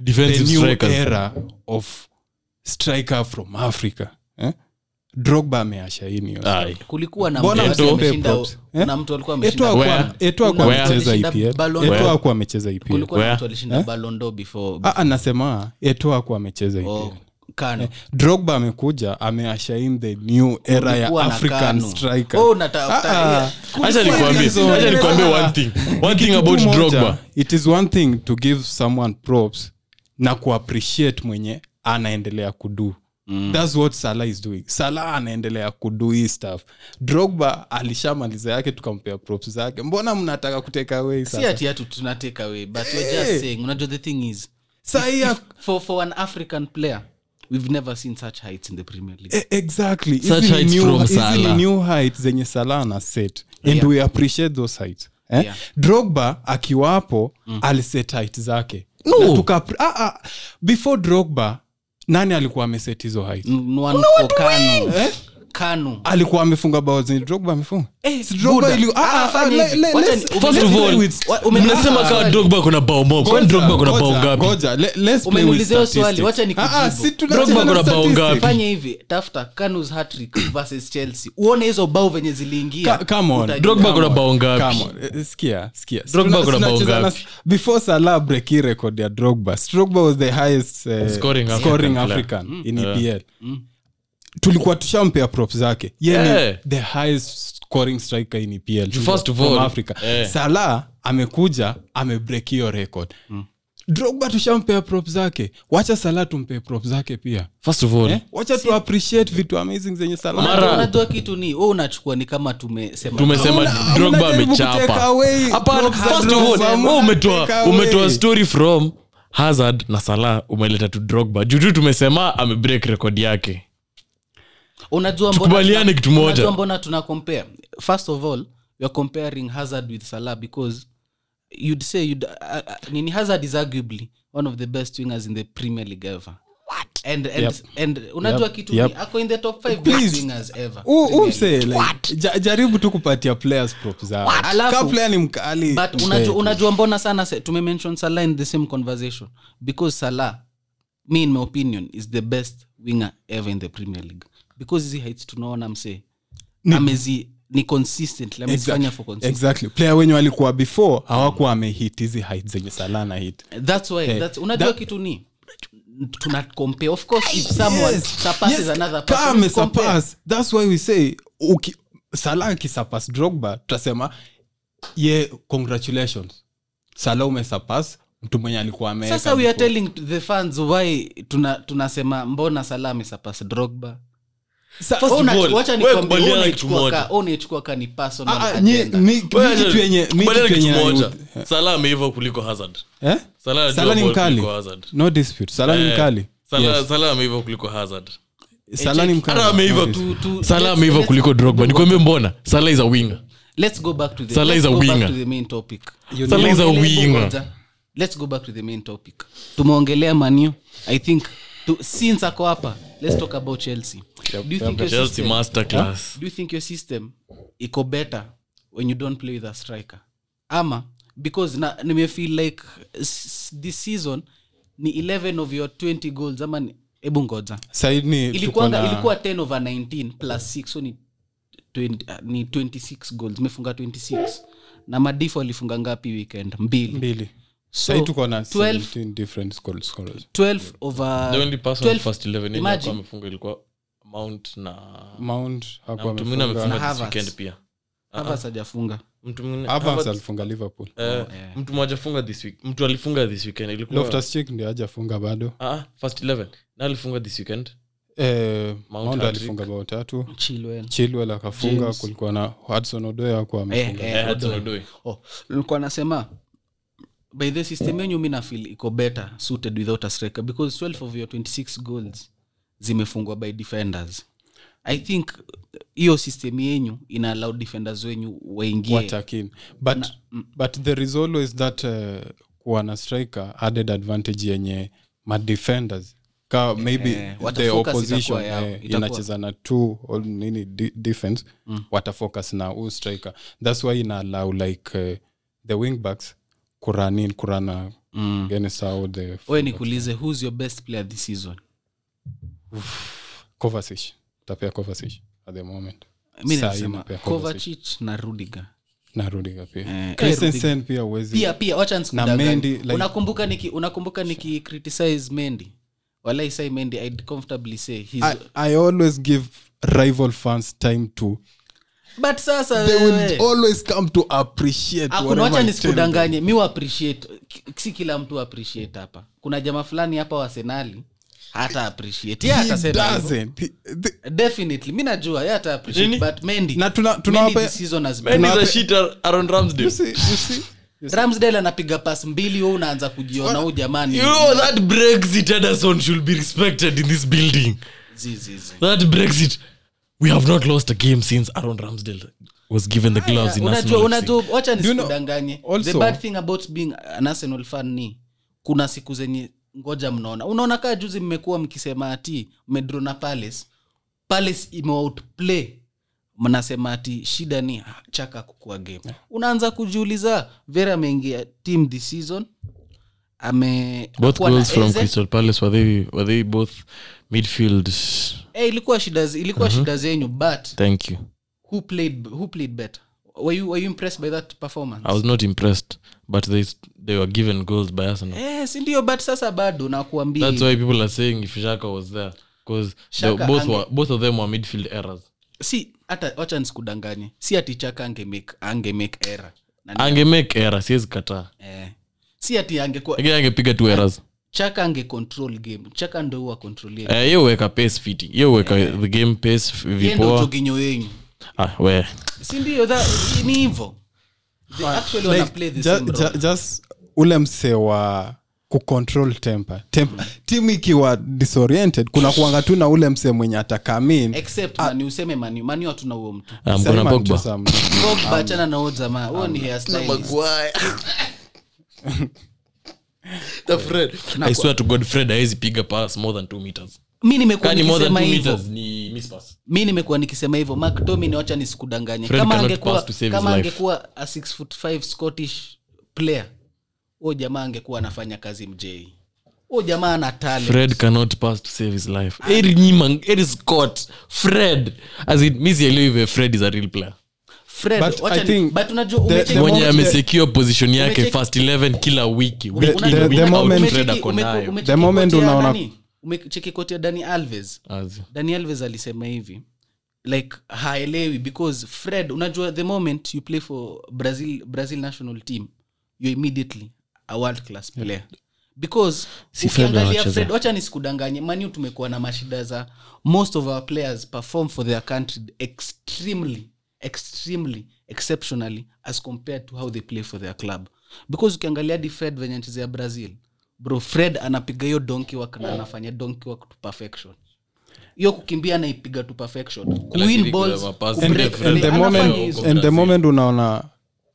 Speaker 3: defensive
Speaker 4: new
Speaker 3: strikers
Speaker 4: era of striker from africa eh? drogba ameashain hiyo.
Speaker 3: Aye.
Speaker 2: kulikuwa na
Speaker 4: Mbona
Speaker 2: mtu
Speaker 3: Eto-
Speaker 2: alikuwa ameshinda-
Speaker 4: props? Eh?
Speaker 2: na mtu alikuwa
Speaker 4: Eto
Speaker 2: ameshinda-
Speaker 4: hakuwa- Eto hakuwa
Speaker 3: Where?
Speaker 4: amecheza
Speaker 2: Alishinda
Speaker 4: EPL.
Speaker 2: Ballon
Speaker 4: Eto
Speaker 2: d'Or.
Speaker 4: hakuwa amecheza EPL.
Speaker 2: kulikuwa na
Speaker 3: Where?
Speaker 2: mtu alishinda
Speaker 4: Eh?
Speaker 2: balondo before
Speaker 4: Ah, Eh. ah, nasema eto hakuwa amecheza
Speaker 2: oh,
Speaker 4: EPL.
Speaker 2: kano
Speaker 4: drogba amekuja ameashain the new era ya
Speaker 2: Kulikuwa na
Speaker 4: african
Speaker 2: Kanu.
Speaker 4: striker
Speaker 2: Oh, natafuta
Speaker 4: Ah,
Speaker 2: hiyo.
Speaker 4: ah.
Speaker 3: acha nikwambie
Speaker 4: hizo-
Speaker 3: acha nikwambie one thing one thing about
Speaker 4: Kitu moja,
Speaker 3: drogba
Speaker 4: it is one thing to give someone props na kuappreciate mwenye anaendelea kudu mm. thats what salah is doing salah anaendelea kudu hii stuff drogba alishamaliza yake tukampea props zake mbona mnataka kuteka away
Speaker 2: si ati hatu tunateka we but we're just saying unajua the thing is
Speaker 4: sahii
Speaker 2: for, for an african player we've never seen such heights in the premier league
Speaker 4: E- exactly Hizi
Speaker 3: Such
Speaker 4: ni
Speaker 3: heights
Speaker 4: new-
Speaker 3: from
Speaker 4: hizi ni
Speaker 3: Salah.
Speaker 4: new heights zenye salah na set and
Speaker 2: Yeah.
Speaker 4: we appreciate those heights eh?
Speaker 2: Yeah.
Speaker 4: drogba akiwa hapo aliset height zake no. na tuka, ah, ah, before drogba nani alikuwa ameset hizo height
Speaker 2: Mm. mwanko kanu
Speaker 4: Eh?
Speaker 2: kanu
Speaker 4: alikuwa amefunga bao zenye drogba amefunga Si Drogba
Speaker 2: Eh, Buda.
Speaker 4: ili- ah,
Speaker 2: Ah,
Speaker 4: ah,
Speaker 2: fanya
Speaker 4: le-
Speaker 2: hivi.
Speaker 4: le-
Speaker 2: Wacha
Speaker 4: let's-
Speaker 2: ni-
Speaker 3: First
Speaker 4: let's
Speaker 3: of
Speaker 4: play
Speaker 3: all,
Speaker 4: with-
Speaker 2: wa- ume-
Speaker 3: mnasema
Speaker 2: Ah,
Speaker 3: kaa
Speaker 2: swali.
Speaker 3: drogba kuna bao mob kwani drogba kuna bao
Speaker 4: Ngoja,
Speaker 3: ngapi
Speaker 4: ngoja, le- let's play with
Speaker 2: Umeniulizia hiyo swali,
Speaker 4: statistics.
Speaker 2: wacha nikujibu.
Speaker 4: Ah, ah, si tuna-
Speaker 3: Drogba
Speaker 4: tuna
Speaker 3: kuna bao
Speaker 4: statistics.
Speaker 3: ngapi?
Speaker 2: fanya hivi tafuta kanus hatrick versus chelsea uone hizo bao venye ziliingia
Speaker 4: Ka- come on.
Speaker 2: Utajua.
Speaker 3: drogba kuna
Speaker 4: Come
Speaker 3: bao
Speaker 4: on,
Speaker 3: ngapi
Speaker 4: come on. Eh, sikia, sikia.
Speaker 3: Drogba
Speaker 4: Tuna-
Speaker 3: kuna bao
Speaker 4: tunacheza na-
Speaker 3: ngapi?
Speaker 4: before salah break hii record ya drogba drogba was the highest eh,
Speaker 3: Scoring African
Speaker 4: scoring
Speaker 3: player. Mm.
Speaker 4: african in epl tulikuwa tushampea prop zake Yeye ni
Speaker 3: Yeah.
Speaker 4: the highest scoring striker in E epl
Speaker 3: First of
Speaker 4: from
Speaker 3: all.
Speaker 4: africa
Speaker 3: Yeah.
Speaker 4: salah amekuja amebreak hiyo record drogba tushampea prop zake wacha salah tumpee prop zake pia
Speaker 3: first of all
Speaker 4: eh? wacha tu appreciate vitu amazing zenye salah
Speaker 3: Mara-
Speaker 2: unajua kitu ni we unachukua ni kama tumesema
Speaker 3: tumesema
Speaker 4: Hamna-
Speaker 3: drogba
Speaker 4: hamnajaribu
Speaker 3: amechapa
Speaker 4: kuteka away
Speaker 3: hapana
Speaker 4: props za
Speaker 3: first of
Speaker 4: Drogba,
Speaker 3: all wewe
Speaker 4: take
Speaker 3: umetoa
Speaker 4: away.
Speaker 3: umetoa story from hazard na salah umeleta tu drogba juju tumesema amebreak rekodi yake
Speaker 2: unajua mbona-
Speaker 3: Tukubaliane kitu moja.
Speaker 2: unajua mbona tuna compare first of all you're comparing hazard with salah because you'd say you'd, uh, uh, nini hazard is arguably one of the best wingers in the premier league ever and, and,
Speaker 4: Yep.
Speaker 2: and unajua
Speaker 4: Yep.
Speaker 2: kitu
Speaker 4: Yep.
Speaker 2: ni ako in the top five best
Speaker 4: Please.
Speaker 2: wingers ever
Speaker 4: U-
Speaker 2: Premier League.
Speaker 4: umse, like, ja- jaribu tu kupatia players prop zao.
Speaker 2: Alafu-
Speaker 4: Ka player ni mkali
Speaker 2: but unajua, unajua mbona sana se- tumemention salah in the same conversation because salah me in my opinion is the best winger ever in the premier league because hizi heights tunaona msee amezi ni consistently amezifanya for
Speaker 4: Exactly.
Speaker 2: consistent
Speaker 4: exactly player wenye walikuwa before hawakuwa amehit hizi height zenye salana hit
Speaker 2: that's why that's, unajua
Speaker 4: that-
Speaker 2: kitu ni tuna compare of course if someone surpasses another person we compare.
Speaker 4: amesurpass thats why we say uki, sala akisurpass drogba tutasema ye yeah, congratulations sala umesurpass mtu mwenye alikuwa ameweka
Speaker 2: sasa we are
Speaker 4: before.
Speaker 2: telling the fans why tuna tunasema mbona salah amesurpass drogba
Speaker 4: Sa-
Speaker 3: First of
Speaker 2: Ona-
Speaker 3: all,
Speaker 2: wacha
Speaker 3: wewe
Speaker 2: nikwambie,
Speaker 3: kubaliana
Speaker 2: ona
Speaker 3: na kitu
Speaker 2: ichukua
Speaker 3: moja.
Speaker 2: ka- ona ichukua ka ni personal
Speaker 4: Ah, ah, nye-
Speaker 2: agenda.
Speaker 4: mi- mi kitu yenye- mi
Speaker 3: Kubaliana
Speaker 4: kitu
Speaker 3: kitu
Speaker 4: yenye-
Speaker 3: moja salah ameiva kuliko hazard
Speaker 4: Eh?
Speaker 3: Salah anajua
Speaker 4: Salah ni
Speaker 3: ball
Speaker 4: mkali
Speaker 3: kuliko Hazard.
Speaker 4: no dispute Salah ni
Speaker 3: Eh,
Speaker 4: mkali
Speaker 3: Salah-
Speaker 4: Yes.
Speaker 3: salah ameiva kuliko hazard
Speaker 4: Salah ni mkali
Speaker 3: hata ameiva
Speaker 4: No dispute.
Speaker 2: Tu- tu-
Speaker 3: salah
Speaker 2: let's-
Speaker 3: ameiva
Speaker 2: let's-
Speaker 3: kuliko drogba nikwambie mbona salah is a winger
Speaker 2: let's go back to the,
Speaker 3: Salah
Speaker 2: let's
Speaker 3: is a
Speaker 2: go back
Speaker 3: winger.
Speaker 2: to the main topic
Speaker 3: Salah is a
Speaker 2: Tumeongelea-
Speaker 3: winger.
Speaker 2: ngoja. let's go back to the main topic tumeongelea manio i think to, since ako hapa let's talk about chelsea do you think your
Speaker 3: chelsea
Speaker 2: system-
Speaker 3: master class
Speaker 2: do you think your system iko better when you don't play with a striker ama because na nimefeel like s- this season ni 11 of your 20 goals ama ni- hebu ngoja
Speaker 4: Said ni
Speaker 2: ilikuwa
Speaker 4: tuko na-
Speaker 2: ilikuwa 10 over 19 plus 6 so ni 20, uh, ni 26 goals imefunga 26 na madifo alifunga ngapi weekend mbili
Speaker 4: mbili
Speaker 2: so
Speaker 4: Said tuko na
Speaker 2: 12,
Speaker 4: 17 different scorers- scorers.
Speaker 2: 12 over
Speaker 3: the only person
Speaker 2: 12
Speaker 3: first 11 yenye
Speaker 2: imagine.
Speaker 3: alikuwa amefunga ilikuwa mount na
Speaker 4: Mount hakuwa
Speaker 3: na mtu mwingine
Speaker 4: amefunga.
Speaker 2: Na
Speaker 3: amefunga this
Speaker 2: Havertz.
Speaker 3: weekend pia
Speaker 2: Havertz hajafunga
Speaker 3: mtu mwingine
Speaker 4: Havertz
Speaker 3: Havertz,
Speaker 4: alifunga liverpool
Speaker 3: eh, mtu mmoja funga this week mtu alifunga this weekend ilikuwa
Speaker 4: loftus cheek ndio hajafunga bado
Speaker 3: ah, ah, first 11 na alifunga this weekend
Speaker 4: eh, Mount
Speaker 3: Patrick.
Speaker 4: alifunga bao tatu
Speaker 2: Chilwell.
Speaker 4: chilwel akafunga
Speaker 2: James.
Speaker 4: kulikuwa na hudson odoy akuwa
Speaker 2: Eh,
Speaker 4: amefunga
Speaker 2: eh, Odoi. Oh, nilikuwa nasema by the system yenyu mi nafil iko better suited without a striker because 12 of your 26 goals zimefungwa by defenders i think hiyo system yenyu ina allow defenders wenyu waingie
Speaker 4: watakin but,
Speaker 2: mm.
Speaker 4: but there is always that uh, kuwa na striker added advantage yenye madefenders ka maybe
Speaker 2: Eh,
Speaker 4: the
Speaker 2: watafocus
Speaker 4: opposition
Speaker 2: itakuwa yao,
Speaker 4: eh,
Speaker 2: itakuwa. Mm.
Speaker 4: inacheza na two all nini de- defense watafocus na u striker thats why ina allow like uh, the wingbacks kuranin kurana
Speaker 2: Mm.
Speaker 4: against all the
Speaker 2: oye nikuulize who's your best player this season
Speaker 4: Kovacic. tapea Kovacic at the moment
Speaker 2: mi
Speaker 4: Saa hii
Speaker 2: nasema
Speaker 4: napea Kovacic.
Speaker 2: Kovacic na rudiger
Speaker 4: na rudiga pia
Speaker 2: Eh,
Speaker 4: Christensen pia uwezi
Speaker 2: pia pia wacha nisikudanganye.
Speaker 4: Na Mendy, like-
Speaker 2: unakumbuka niki unakumbuka niki criticize mendi walai sai mendi i'd comfortably say he's,
Speaker 4: I, I always give rival fans time to
Speaker 2: but sasa
Speaker 4: they
Speaker 2: wewe-
Speaker 4: will always come to appreciate
Speaker 2: Eh. hakuna
Speaker 4: whatever
Speaker 2: wacha
Speaker 4: I tell
Speaker 2: nisikudanganye mi wa appreciate ki- si kila mtu appreciate hapa kuna jamaa fulani hapa wa senali hata appreciate
Speaker 4: them.
Speaker 2: yeye
Speaker 4: He
Speaker 2: atasema hivyo.
Speaker 4: doesn't. He- the-
Speaker 2: definitely mi najua yeye hata appreciate
Speaker 3: Nini?
Speaker 2: but mendi
Speaker 4: Na tuna-
Speaker 2: Mendy
Speaker 4: tunawapa-
Speaker 2: this season has been-
Speaker 3: Mendy is a
Speaker 4: Tunape-
Speaker 3: shit Ar- Aaron Ramsdale.
Speaker 4: you see- you see- you see.
Speaker 2: ramsdale anapiga pas mbili wewe unaanza kujiona huu jamani
Speaker 3: You know, that Brexit Ederson should be respected in this building.
Speaker 2: zizizi
Speaker 3: That Brexit. We have not lost a game since Aaron Ramsdale was given the gloves in
Speaker 2: unajua
Speaker 3: Arsenal. FC.
Speaker 2: unajua wacha
Speaker 4: you know,
Speaker 2: nisikudanganye the
Speaker 4: also-
Speaker 2: bad thing about being an arsenal fan ni kuna siku zenye ngoja mnaona unaona kaa juzi mmekuwa mkisema ati mmedro na palace palace imeoutplay mnasema ati shida ni ah, chaka kukua game unaanza kujiuliza vera ameingia team this season ame
Speaker 3: Both
Speaker 2: hakuwa na
Speaker 3: goals from
Speaker 2: Eze.
Speaker 3: Crystal Palace were they were they both midfield.
Speaker 2: Eh, ilikuwa shida z- ilikuwa
Speaker 3: Mhm.
Speaker 2: shida zenyu but
Speaker 3: Thank you.
Speaker 2: who played who played better were you, were you impressed by that performance
Speaker 3: I was not impressed, but they they were given goals by Arsenal.
Speaker 2: Eh, si ndio but sasa bado nakuambia
Speaker 3: That's why people are saying if Shaka was there because
Speaker 2: Xhaka
Speaker 3: both
Speaker 2: ange-
Speaker 3: were both of them were midfield errors.
Speaker 2: si hata wacha nisikudanganye si ati chaka ange make, ange make era na ni-
Speaker 3: Ange make errors, siwezi kataa.
Speaker 2: eh, si ati angekuwa
Speaker 3: Lakini angepiga tu errors.
Speaker 2: chaka ange control game chaka ndo huwa control game.
Speaker 3: Eh, hiyo weka pace fiti. Hiyo weka the game pace f-
Speaker 2: Yeye ndo
Speaker 3: vipoa.
Speaker 2: choginyo yenyu
Speaker 3: Ah, we.
Speaker 2: si ndio tha- ni hivo They actually wanna play the
Speaker 4: Ju-
Speaker 2: same
Speaker 4: ju-
Speaker 2: role.
Speaker 4: just ule msee wa kucontrol temper Temp- timu ikiwa disoriented kuna kuanga tu na ule msee mwenye atakamin
Speaker 2: except mani useme mani mani hatuna huo mtu
Speaker 3: Ah, mbona Pogba? Ah.
Speaker 2: Pogba, achana na huo jamaa huo ni hairstylist.
Speaker 3: I swear to God, Fred hawezi piga pass more than 2 meters.
Speaker 2: mi nimekuwa
Speaker 3: Kani more than
Speaker 2: nikisema
Speaker 3: 2
Speaker 2: hivo
Speaker 3: meters ni mispass.
Speaker 2: mi nimekuwa nikisema hivyo mctomin wacha nisikudanganye
Speaker 3: Fred
Speaker 2: kama
Speaker 3: cannot
Speaker 2: angekuwa
Speaker 3: pass to save his
Speaker 2: kama
Speaker 3: life.
Speaker 2: angekuwa a 6 foot 5 scottish player huyo jamaa angekuwa anafanya kazi mjei huyo jamaa ana talent
Speaker 3: Fred cannot pass to save his life. Eri Nyimang, Eri Scott, Fred. As it means if Fred is a real player.
Speaker 2: Fred,
Speaker 4: But
Speaker 2: wacha
Speaker 4: I
Speaker 2: ni-
Speaker 4: think
Speaker 2: but unajua
Speaker 4: the-
Speaker 2: umecheck-
Speaker 4: the
Speaker 3: Mwenye
Speaker 4: moment-
Speaker 3: amesecure position yake
Speaker 2: Umecheck-
Speaker 3: first 11 kila wiki. Wiki
Speaker 4: the-
Speaker 3: in,
Speaker 4: the
Speaker 3: week out
Speaker 4: moment-
Speaker 3: Fred
Speaker 2: umecheki-
Speaker 3: ako
Speaker 2: ume-
Speaker 3: nayo.
Speaker 2: umecheki
Speaker 4: The moment
Speaker 2: koti ya
Speaker 4: unaona-
Speaker 2: nani? umecheki koti ya dani alves
Speaker 3: As-
Speaker 2: dani alves alisema hivi like haelewi because fred unajua the moment you play for brazil brazil national team you immediately a world class player because
Speaker 3: Si Fred
Speaker 2: ukiangalia
Speaker 3: anacheza.
Speaker 2: fred wacha nisikudanganye maniu tumekuwa na mashida za most of our players perform for their country extremely extremely exceptionally as compared to how they play for their club because ukiangalia di fred venye anachezea brazil bro fred anapiga hiyo donkey work na anafanya donkey work to perfection hiyo kukimbia anaipiga to perfection
Speaker 3: Lakini
Speaker 2: kuwin balls
Speaker 3: kuna mapasi
Speaker 2: kubreak
Speaker 3: ndefu.
Speaker 2: play,
Speaker 4: and the
Speaker 3: Anafanya
Speaker 4: moment,
Speaker 2: hizo.
Speaker 3: hizo.
Speaker 4: and the moment unaona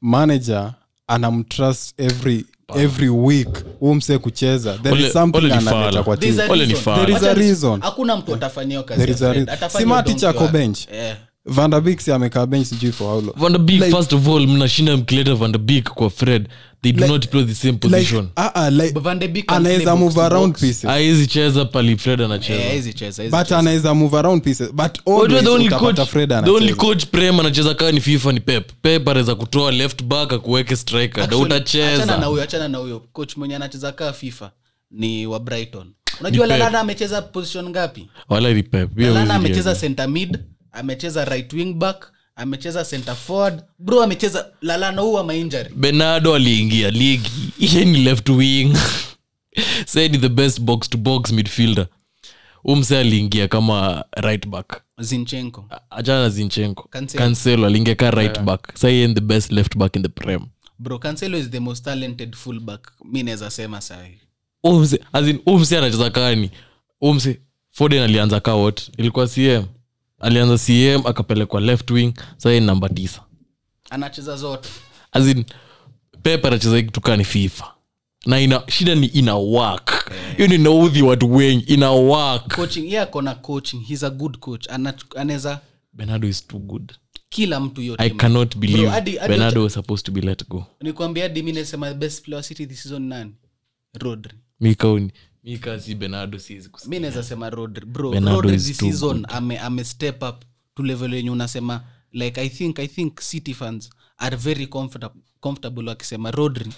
Speaker 4: manager anamtrust every every week huu msee kucheza there
Speaker 3: Ole-
Speaker 4: is something
Speaker 3: Ole ni
Speaker 4: analeta
Speaker 3: fala.
Speaker 4: kwa
Speaker 2: There's
Speaker 4: timu
Speaker 2: a
Speaker 3: Ole ni
Speaker 2: reason.
Speaker 3: fala. There
Speaker 4: is a
Speaker 2: Wacha nis-
Speaker 4: reason.
Speaker 2: hakuna mtu atafanya hiyo kazi
Speaker 4: There
Speaker 2: ya
Speaker 4: is a
Speaker 2: Fred.
Speaker 4: re-
Speaker 2: Atafanya
Speaker 4: Si Matic
Speaker 2: donkey
Speaker 4: ako
Speaker 2: work.
Speaker 4: bench.
Speaker 2: Eh.
Speaker 4: Van der Beek si amekaa bench sijui for how long.
Speaker 3: Van der Beek,
Speaker 4: Like-
Speaker 3: first of all mnashinda mkileta Van der Beek kwa fred they do not play the same
Speaker 4: like,
Speaker 3: position
Speaker 4: ah, ah, like,
Speaker 2: But Van de Beek can play
Speaker 4: anaweza
Speaker 2: box
Speaker 4: move
Speaker 2: to
Speaker 4: around
Speaker 2: box.
Speaker 4: pieces
Speaker 3: haizi cheza pali fred
Speaker 2: Eh,
Speaker 3: anacheza
Speaker 2: hizi cheza, hizi
Speaker 4: but
Speaker 2: cheza.
Speaker 4: anaweza move around pieces but
Speaker 3: Wajua
Speaker 4: always
Speaker 3: the only
Speaker 4: utapata
Speaker 3: coach-
Speaker 4: Fred
Speaker 3: the only
Speaker 4: anacheza.
Speaker 3: coach prem anacheza kaa ni fifa ni pep pep anaweza kutoa left back akuweke striker na
Speaker 2: Actually, achana na
Speaker 3: utacheza
Speaker 2: huyo achana na huyo coach mwenye anacheza kaa fifa ni wa brighton unajua
Speaker 3: Ni Pep.
Speaker 2: lalana amecheza position ngapi
Speaker 3: wala ni pep Hiyo
Speaker 2: lalana
Speaker 3: huwezi
Speaker 2: amecheza
Speaker 3: jua.
Speaker 2: center mid amecheza right wing back amecheza center forward bro amecheza lalana huwa mainjari
Speaker 3: bernardo aliingia ligi ye ni left wing said the best box to box midfielder umse aliingia kama right back
Speaker 2: zinchenko
Speaker 3: achana na zinchenko
Speaker 2: Cancelo.
Speaker 3: kanselo aliingia ka right back sa yeye ni the best left back in the prem
Speaker 2: bro cancelo is the most talented fullback mi naweza sema sahi
Speaker 3: umse as in umse anacheza kani umse foden alianza ka what ilikuwa cm alianza cm akapelekwa left wing sa yeye ni namba tisa
Speaker 2: anacheza zote
Speaker 3: as in pep anacheza hii kitu kani fifa na ina shida ni ina work hiyo ni naudhi watu wengi ina work
Speaker 2: coaching ye akona coaching he's a good coach Ana- anaweza
Speaker 3: bernardo is too good
Speaker 2: kila mtu hiyo
Speaker 3: i
Speaker 2: timu.
Speaker 3: cannot believe
Speaker 2: hadi- hadi
Speaker 3: bernardo was supposed to be let go
Speaker 2: nikwambia hadi mi nasema best player wa city this season nani rodri
Speaker 3: mika uni mika si bernardo siwezi kusema
Speaker 2: mi naweza sema rodri bro
Speaker 3: Bernardo
Speaker 2: rodri
Speaker 3: is
Speaker 2: this
Speaker 3: too
Speaker 2: season ame, ame step up to level yenye unasema like i think i think city fans are very comfortable, comfortable wakisema rodri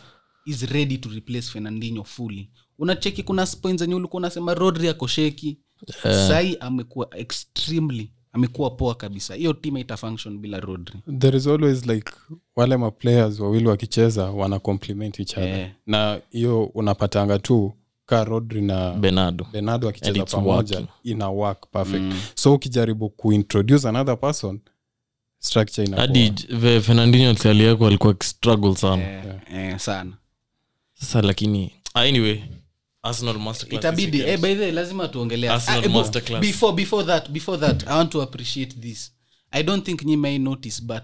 Speaker 2: is ready to replace fernandinho fully unacheki kuna points zenye ulikuwa unasema rodri akosheki
Speaker 3: Eh.
Speaker 2: yeah. sai amekuwa extremely amekuwa poa kabisa hiyo team ita function bila rodri
Speaker 4: there is always like wale maplayers wawili wakicheza wana compliment each other
Speaker 2: Eh.
Speaker 4: na hiyo unapatanga tu ka rodri na
Speaker 3: bernardo
Speaker 4: benado
Speaker 3: And
Speaker 4: akicheza
Speaker 3: it's
Speaker 4: pamoja
Speaker 3: working. Mm.
Speaker 4: ina work perfect so ukijaribu kuintroduce another person structure inakuwa-
Speaker 3: hadi Ve- fernandinho alisali yako alikuwa akistruggle sana
Speaker 2: eh, eh, sana
Speaker 3: sasa lakini ah, anyway arsenal masterclass
Speaker 2: itabidi
Speaker 3: this
Speaker 2: eh,
Speaker 3: weekend.
Speaker 2: by the way, lazima tuongelea
Speaker 3: Arsenal
Speaker 2: Ah, eh, bo-
Speaker 3: masterclass.
Speaker 2: before, before that before that i want to appreciate this i don't think you may notice but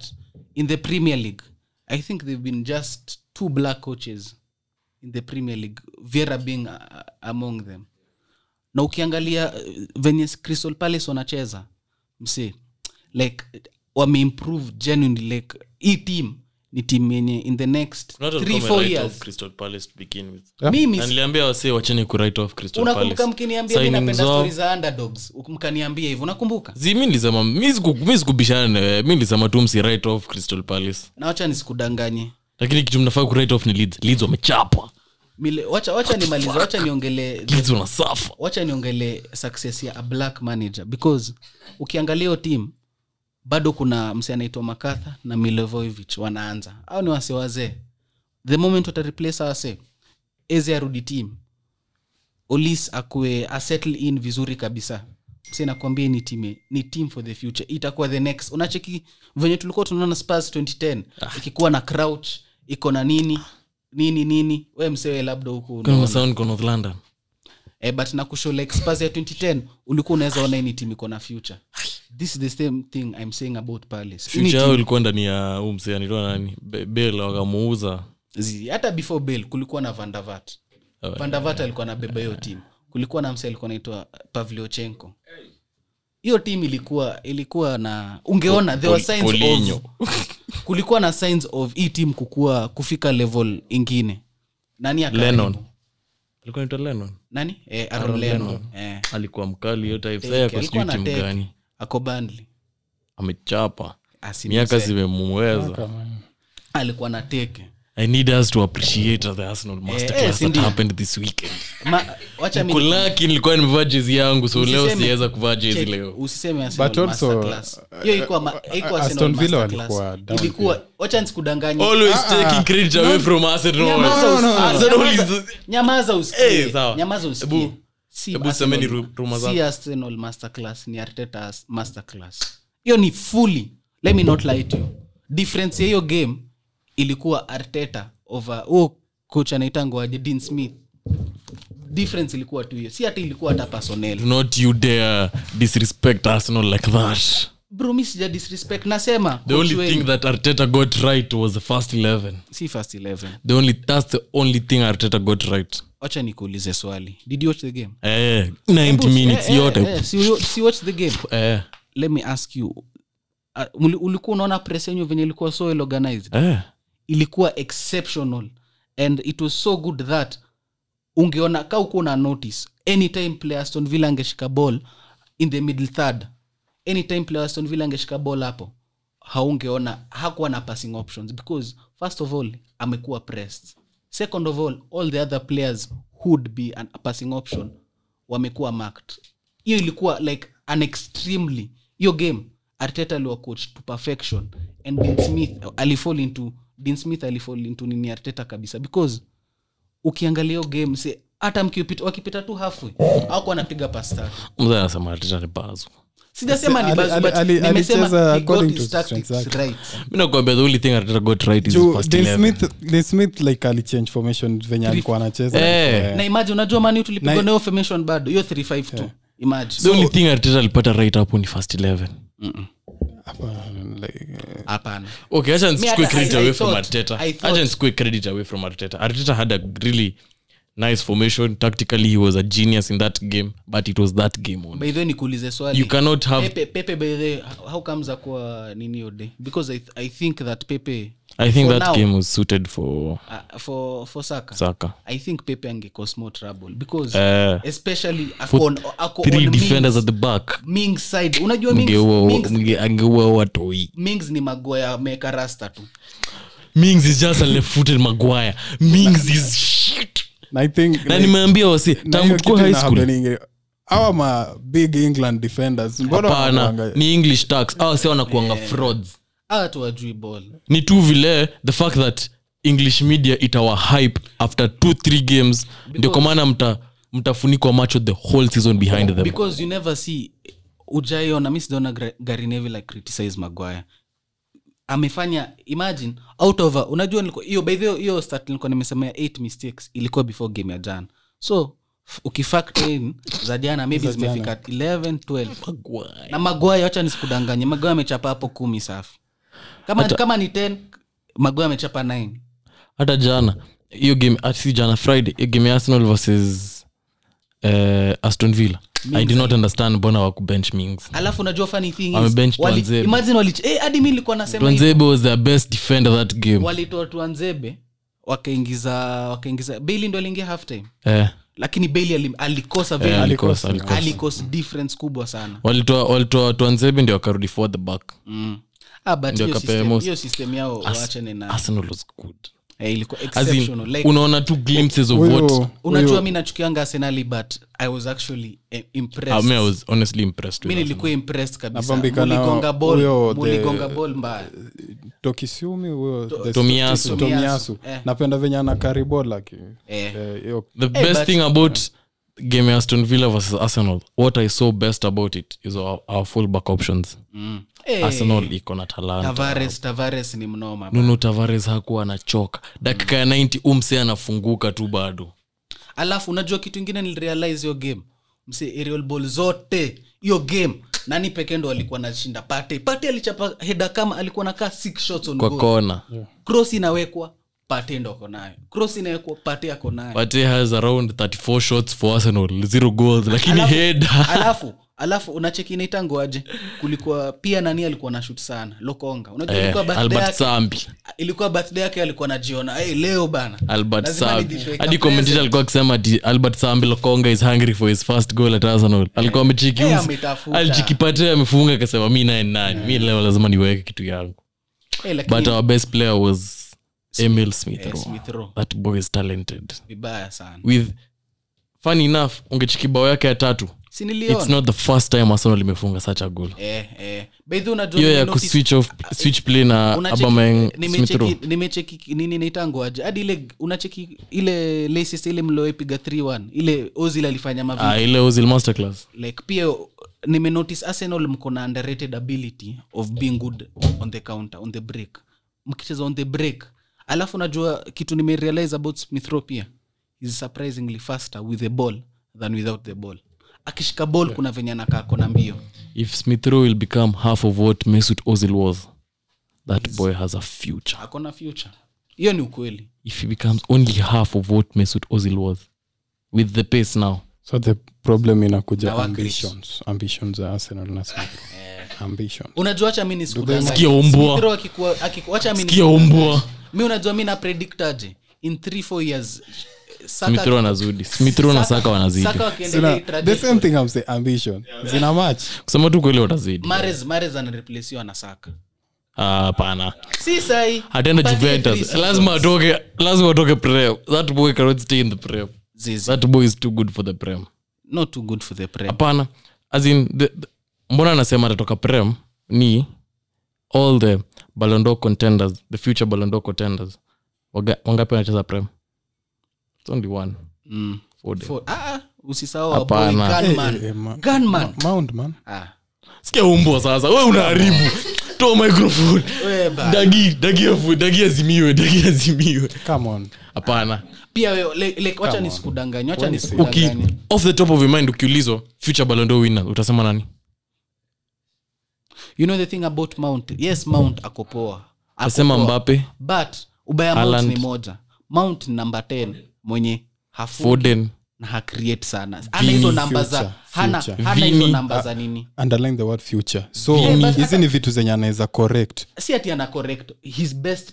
Speaker 2: in the premier league i think they've been just two black coaches in the premier league vera being uh, among them na ukiangalia eh, venye crystal palace wanacheza msi like wameimprove genuinely like hii team ni team yenye in the next
Speaker 3: Not
Speaker 2: three
Speaker 3: uncommon
Speaker 2: four
Speaker 3: right
Speaker 2: years
Speaker 3: off Crystal Palace to begin with.
Speaker 2: mimi
Speaker 3: Na niliambia wasee wacheni ku write off Crystal
Speaker 2: unakumbuka
Speaker 3: Palace.
Speaker 2: mkiniambia mi
Speaker 3: Signings
Speaker 2: napenda
Speaker 3: wao-
Speaker 2: stori za underdogs Uku- mkaniambia hivyo unakumbuka
Speaker 3: Zi, mi nilisema mi siku- mi sikubishana na wewe. mi nilisema tu msi write off Crystal Palace.
Speaker 2: na wacha nisikudanganye
Speaker 3: lakini kitu mnafaa ku write off ni Leeds. Leeds wamechapa
Speaker 2: Mile- wacha wacha nimalize wacha niongele
Speaker 3: Leeds wanasafa.
Speaker 2: wacha niongele success ya a black manager because ukiangalia hiyo team bado kuna msi anaitwa makatha na milevoivich wanaanza au ni wase wazee the moment watareplace awase eze arudi team olis akue asettle in vizuri kabisa msi nakwambia ni team ni team for the future itakuwa the next unacheki venye tulikuwa tunaona spurs 2010 ikikuwa na crouch iko na nini nini nini we msewe labda huku
Speaker 3: Kuna
Speaker 2: unaona
Speaker 3: sound kwa North London.
Speaker 2: eh, but nakusho like spurs ya 2010 ulikuwa unaweza ona ini team iko na future this is the same thing i'm saying about palace Hii ni
Speaker 3: Future yao ilikuwa ndani ya huyu msee anaitwa nani Be- Bale wakamuuza
Speaker 2: Zi- hata before bell kulikuwa na vandavat
Speaker 3: Oh,
Speaker 2: vandavat alikuwa anabeba hiyo timu kulikuwa na mse alikuwa anaitwa pavliochenko hiyo timu ilikuwa ilikuwa na ungeona there were
Speaker 3: Pol-
Speaker 2: signs
Speaker 3: Polinyo.
Speaker 2: of, kulikuwa na signs of hii timu kukua kufika level ingine nani akaribu?
Speaker 3: Lennon. Alikuwa anaitwa Lennon.
Speaker 2: nani eh, Aaron Lennon. Eh,
Speaker 3: alikuwa mkali hiyo type.
Speaker 2: teke.
Speaker 3: Sasa ako sijui
Speaker 2: Alikuwa na
Speaker 3: timu
Speaker 2: teke.
Speaker 3: gani
Speaker 2: ako Burnley.
Speaker 3: amechapa
Speaker 2: Asi-
Speaker 3: miaka zimemuweza
Speaker 2: alikuwa na teke
Speaker 3: i need us to appreciate the arsenal masterclass that
Speaker 2: sindio?
Speaker 3: happened this weekend
Speaker 2: Ma- wacha mi-
Speaker 3: kulaki nilikuwa nimevaa jezi yangu so leo
Speaker 2: Usiseme-
Speaker 3: sijaweza kuvaa jezi
Speaker 2: check,
Speaker 3: leo
Speaker 2: usiseme
Speaker 4: But
Speaker 2: Arsenal
Speaker 4: also, uh,
Speaker 2: masterclass. Hiyo ilikuwa ma- haikuwa Arsenal
Speaker 4: Aston Villa
Speaker 2: masterclass.
Speaker 4: walikuwa down
Speaker 2: Ilikuwa- wacha nisikudanganye.
Speaker 3: always
Speaker 4: Ah,
Speaker 3: taking credit away from arsenal
Speaker 2: Nyamaza
Speaker 4: no, no,
Speaker 2: usi- Ah,
Speaker 4: no, no.
Speaker 3: Arsenal is-
Speaker 2: Nyamaza- nyamaza usikie.
Speaker 3: Eh, sawa.
Speaker 2: Nyamaza usikie.
Speaker 3: Ebu-
Speaker 2: Si
Speaker 3: ebu
Speaker 2: Arsenal-
Speaker 3: semeni ru- rumor
Speaker 2: si
Speaker 3: zako.
Speaker 2: Arsenal masterclass, ni Arteta as- masterclass. hiyo ni fully let me not lie to you difference ya hiyo game ilikuwa arteta over huo coach anaitangoaje dean smith difference ilikuwa tu hiyo si hata ilikuwa hata personnel
Speaker 3: do not you dare disrespect arsenal like that
Speaker 2: bro mi sija disrespect nasema
Speaker 3: the only
Speaker 2: coach wenu.
Speaker 3: thing that arteta got right was the first 11
Speaker 2: si first 11
Speaker 3: the only that's the only thing arteta got right
Speaker 2: wacha nikuulize swali did you watch the game
Speaker 3: eh 90 minutes
Speaker 2: Eh, eh,
Speaker 3: yote
Speaker 2: eh, si, you- si you watch the game
Speaker 3: eh
Speaker 2: let me ask you uh, muli- ulikuwa unaona press yenyu venye ilikuwa so well organized
Speaker 3: eh
Speaker 2: ilikuwa exceptional and it was so good that ungeona ka ukuwa na notice anytime player aston villa angeshika ball in the middle third anytime player aston villa angeshika ball hapo haungeona hakuwa na passing options because first of all amekuwa pressed second of all all the other players would be an, a passing option wamekuwa marked hiyo ilikuwa like an extremely hiyo game arteta aliwa coach to perfection and dean smith alifall into dean smith alifall into nini arteta kabisa because ukiangalia hiyo game se hata mkipita- wakipita tu halfway au anapiga pasi tatu
Speaker 3: mzee anasema ateta ni bazu
Speaker 2: sijasema ni
Speaker 4: Ali-
Speaker 2: basi, but
Speaker 4: ali- ali- alicheza
Speaker 2: nimesema he got
Speaker 4: according to
Speaker 2: his tactics
Speaker 4: strengths zake.
Speaker 2: right.
Speaker 3: mi nakwambia the only thing ateta got right is his
Speaker 4: Juu,
Speaker 3: first 11.
Speaker 4: Dale Smith- Dale smith like alichange formation venye alikuwa anacheza
Speaker 3: Eh.
Speaker 4: Eh.
Speaker 2: na imagine unajua mani tulipigwa
Speaker 4: Na-
Speaker 2: nayo formation bado hiyo 35 tu imagine
Speaker 3: the only thing ateta alipata right hapo ni first 11
Speaker 4: Hapa, like, eh,
Speaker 2: hapana
Speaker 3: okay acha nisichukue
Speaker 2: hata-
Speaker 3: credit
Speaker 2: I- I
Speaker 3: away from
Speaker 2: thought-
Speaker 3: arteta
Speaker 2: I thought-
Speaker 3: acha nisichukue credit away from arteta arteta had a really nice formation tactically he was a genius in that game but it was that game only
Speaker 2: by the way nikuulize swali
Speaker 3: you cannot have
Speaker 2: pepe, pepe by the way how comes akuwa nini ode because I, I think that pepe
Speaker 3: i think
Speaker 2: for
Speaker 3: that
Speaker 2: now-
Speaker 3: game was suited for
Speaker 2: uh, for for saka
Speaker 3: saka
Speaker 2: i think pepe angecause more trouble because
Speaker 3: Eh.
Speaker 2: especially ako
Speaker 3: For
Speaker 2: on, ako
Speaker 3: three
Speaker 2: on
Speaker 3: defenders at
Speaker 2: Mings,
Speaker 3: the back
Speaker 2: Mings side unajua Mings- Mings-
Speaker 3: angeua watoi
Speaker 2: mings ni magoya ameweka rasta tu
Speaker 3: mings is just a left footed maguire mings is shit
Speaker 4: na I think,
Speaker 3: na
Speaker 4: like,
Speaker 3: nimeambia wasi
Speaker 4: na hiyo
Speaker 3: tangu tuko
Speaker 4: kitu
Speaker 3: high
Speaker 4: ina
Speaker 3: school
Speaker 4: happening, eh, hawa ma big england defenders mbona
Speaker 3: hapana
Speaker 4: wanakuanga-
Speaker 3: ni english tax awa si wanakuanga
Speaker 2: Eh.
Speaker 3: frauds
Speaker 2: hawa tu wajui ball
Speaker 3: ni tu vile the fact that english media itawa hype after two three games ndio kwa maana mta mtafunikwa macho the whole season behind them
Speaker 2: because you never see ujaiona mi sijaona Gra- gary neville like criticize maguire amefanya imagine out of a- unajua nilikuwa- hiyo by the way, hiyo stat nilikuwa nimesema ya 8 mistakes ilikuwa before game ya jana so f- ukifactor in za jana maybe zimefika 11 12
Speaker 3: Maguire.
Speaker 2: na magwaya wacha nisikudanganye magwaya amechapa hapo kumi safi kama, kama ni 10 magwaya amechapa 9
Speaker 3: hata jana hiyo game ah, si jana friday hiyo game ya arsenal versus eh, aston villa i did not understand mbona wakubench mings
Speaker 2: alafu unajua funny thing is
Speaker 3: Wamebench
Speaker 2: wali,
Speaker 3: Tuanzebe.
Speaker 2: imagine wali, eh, hadi mi nilikuwa nasema hivi.
Speaker 3: Twanzebe was their best defender that game
Speaker 2: walitoa tuanzebe wakaingiza wakaingiza beli ndo aliingia halftime
Speaker 3: eh,
Speaker 2: lakini beli ali, alikosa very-
Speaker 3: eh, alikosa, alikosa.
Speaker 2: alikosa difference kubwa sana
Speaker 3: walitoa walitoa twanzebe ndio wakarudi for the back
Speaker 2: mm. ah, but
Speaker 3: Ndio
Speaker 2: hiyo
Speaker 3: kapea
Speaker 2: system-
Speaker 3: most-
Speaker 2: hiyo system yao waachane na
Speaker 3: arsenal was good
Speaker 2: eh, ilikuwa
Speaker 3: As in,
Speaker 2: exceptional like
Speaker 3: unaona two glimpses of
Speaker 4: Huyo-
Speaker 3: what
Speaker 2: unajua mi nachukianga arsenali but i was actually eh,
Speaker 3: I mean, Ah, I
Speaker 2: impressed
Speaker 3: was honestly impressed
Speaker 2: mi
Speaker 3: with Arsenal.
Speaker 2: nilikuwa impressed kabisa
Speaker 4: Napambika na
Speaker 2: muligonga
Speaker 4: huyo
Speaker 2: ball
Speaker 4: the-
Speaker 2: muligonga ball mbaya
Speaker 4: tokisumi huyo the-
Speaker 3: Tomiyasu.
Speaker 4: Tomiyasu.
Speaker 2: Eh.
Speaker 4: napenda venye ana karibola ki-
Speaker 2: eh.
Speaker 4: eh, hiyo-
Speaker 3: the best
Speaker 2: but-
Speaker 3: thing about game ya aston villa versus arsenal what i saw best about it is our, our full back options
Speaker 2: mm. eh.
Speaker 3: arsenal iko na talanta
Speaker 2: tavares tavares ni mnoma
Speaker 3: nuno tavares hakuwa anachoka dakika ya 90 umse anafunguka tu bado
Speaker 2: alafu unajua kitu ingine nilirealize hiyo game mse aerial ball zote hiyo game nani pekee ndo alikuwa nashinda pate pate alichapa heda kama alikuwa nakaa six shots on
Speaker 3: kwa
Speaker 2: goal.
Speaker 3: kona
Speaker 2: cross inawekwa pate ndo ako nayo cross inawekwa pate ako nayo
Speaker 3: but he has around 34 shots for arsenal zero goals lakini
Speaker 2: Alafu-
Speaker 3: heda
Speaker 2: alafu alafu unacheki inaitangoaje kulikuwa pia nani alikuwa na shut sana lokonga unajua ilikuwa
Speaker 3: eh,
Speaker 2: birthday
Speaker 3: albert
Speaker 2: yake-
Speaker 3: sambi
Speaker 2: ilikuwa birthday yake alikuwa najiona hey, leo bana
Speaker 3: albert
Speaker 2: Lazima
Speaker 3: sambi
Speaker 2: nijitweke
Speaker 3: hadi
Speaker 2: present.
Speaker 3: commentator alikuwa akisema ati albert sambi lokonga is hungry for his first goal at arsenal alikuwa
Speaker 2: Eh,
Speaker 3: amechikiuza
Speaker 2: ametafuta.
Speaker 3: alichikipatia amefunga akasema mi naye nani mi leo lazima niweke kitu yangu
Speaker 2: hey, Eh, lakini
Speaker 3: but uh, our best player was emil smith
Speaker 2: eh,
Speaker 3: Rowe.
Speaker 2: Smith Rowe,
Speaker 3: that boy is talented
Speaker 2: vibaya sana
Speaker 3: with funny enough ungechiki bao yake ya tatu
Speaker 2: si niliona
Speaker 3: it's not the first time arsenal imefunga such a goal
Speaker 2: eh, eh. By the way, unajua
Speaker 3: hiyo ya
Speaker 2: nime notice-
Speaker 3: kuswitch off switch play na
Speaker 2: unacheki-
Speaker 3: abameng smith
Speaker 2: nimecheki-
Speaker 3: Rowe.
Speaker 2: nimecheki nini naitangoaje hadi ile unacheki ile Leicester ile mlioipiga 3-1 ile ozil alifanya mavi
Speaker 3: Ah, ile ozil masterclass
Speaker 2: like pia nimenotice arsenal mko na underrated ability of being good on the counter on the break mkicheza on the break alafu najua kitu nimerealize about smith Rowe pia is surprisingly faster with the ball than without the ball akishika ball kuna venye anakaa kona mbio
Speaker 3: if smith Rowe will become half of what mesut ozil was that boy has a future
Speaker 2: akona future hiyo ni ukweli
Speaker 3: if he becomes only half of what mesut ozil was with the pace now
Speaker 4: so the problem inakuja
Speaker 2: Na wa
Speaker 4: ambitions ambitions za arsenal na Smith. ambition
Speaker 2: unajua wacha mi
Speaker 3: Sikia umbwa. kia umbwa
Speaker 2: mi unajua mi na predictaje in 3 years Saka-
Speaker 3: smith Rowe anazudi smith Rowe na saka wanazidi
Speaker 2: Saka wakiendelea hii
Speaker 4: Sina- the
Speaker 2: trajectory,
Speaker 4: same thing I'm saying, ambition zina match
Speaker 3: kusema tu kweli watazidi
Speaker 2: Mahrez- Mahrez anareplaciwa na saka
Speaker 3: Ah, hapana
Speaker 2: si sahi
Speaker 3: ataenda
Speaker 2: But
Speaker 3: juventus
Speaker 2: every
Speaker 3: lazima atoke lazima atoke prem that boy cannot stay in the prem
Speaker 2: Zizi.
Speaker 3: that boy is too good for the prem
Speaker 2: not too good for the prep
Speaker 3: hapana as in the, the, mbona anasema atatoka prem ni all the balondo contenders the future balondo contenders Waga- wangapi wanacheza prem It's only one
Speaker 2: mm.
Speaker 3: Foden.
Speaker 2: Fo- ah, ah, usisahau
Speaker 3: Hapana.
Speaker 2: our boy Gunman.
Speaker 4: Eh, eh, ma-
Speaker 2: Gunman.
Speaker 4: Mount, man.
Speaker 2: Ah,
Speaker 3: sikia umbo sasa we unaharibu toa microphone
Speaker 2: we ba-
Speaker 3: dagi dagi afu- dagi azimiwe dagi azimiwe
Speaker 4: Come on.
Speaker 3: hapana
Speaker 2: pia we- like- like, wacha nisikudanganye wacha
Speaker 3: uki
Speaker 2: nisikudanganye
Speaker 3: off the top of your mind ukiulizwa future balondo winner utasema nani
Speaker 2: you know the thing about mount yes mount ako poa Ako
Speaker 3: utasema
Speaker 2: poa.
Speaker 3: mbape
Speaker 2: but ubaya mount
Speaker 3: Haaland.
Speaker 2: ni moja mount number 10 mwenye hafu
Speaker 3: foden
Speaker 2: na hacreate sana hana hizo namba za
Speaker 4: Future,
Speaker 2: hana
Speaker 4: future. Ah.
Speaker 2: hana hizo
Speaker 3: Vini.
Speaker 2: namba za nini
Speaker 4: underline the word future so
Speaker 2: Yeah, but-
Speaker 4: hizi ni vitu zenye anaweza correct
Speaker 2: si ati ana correct his best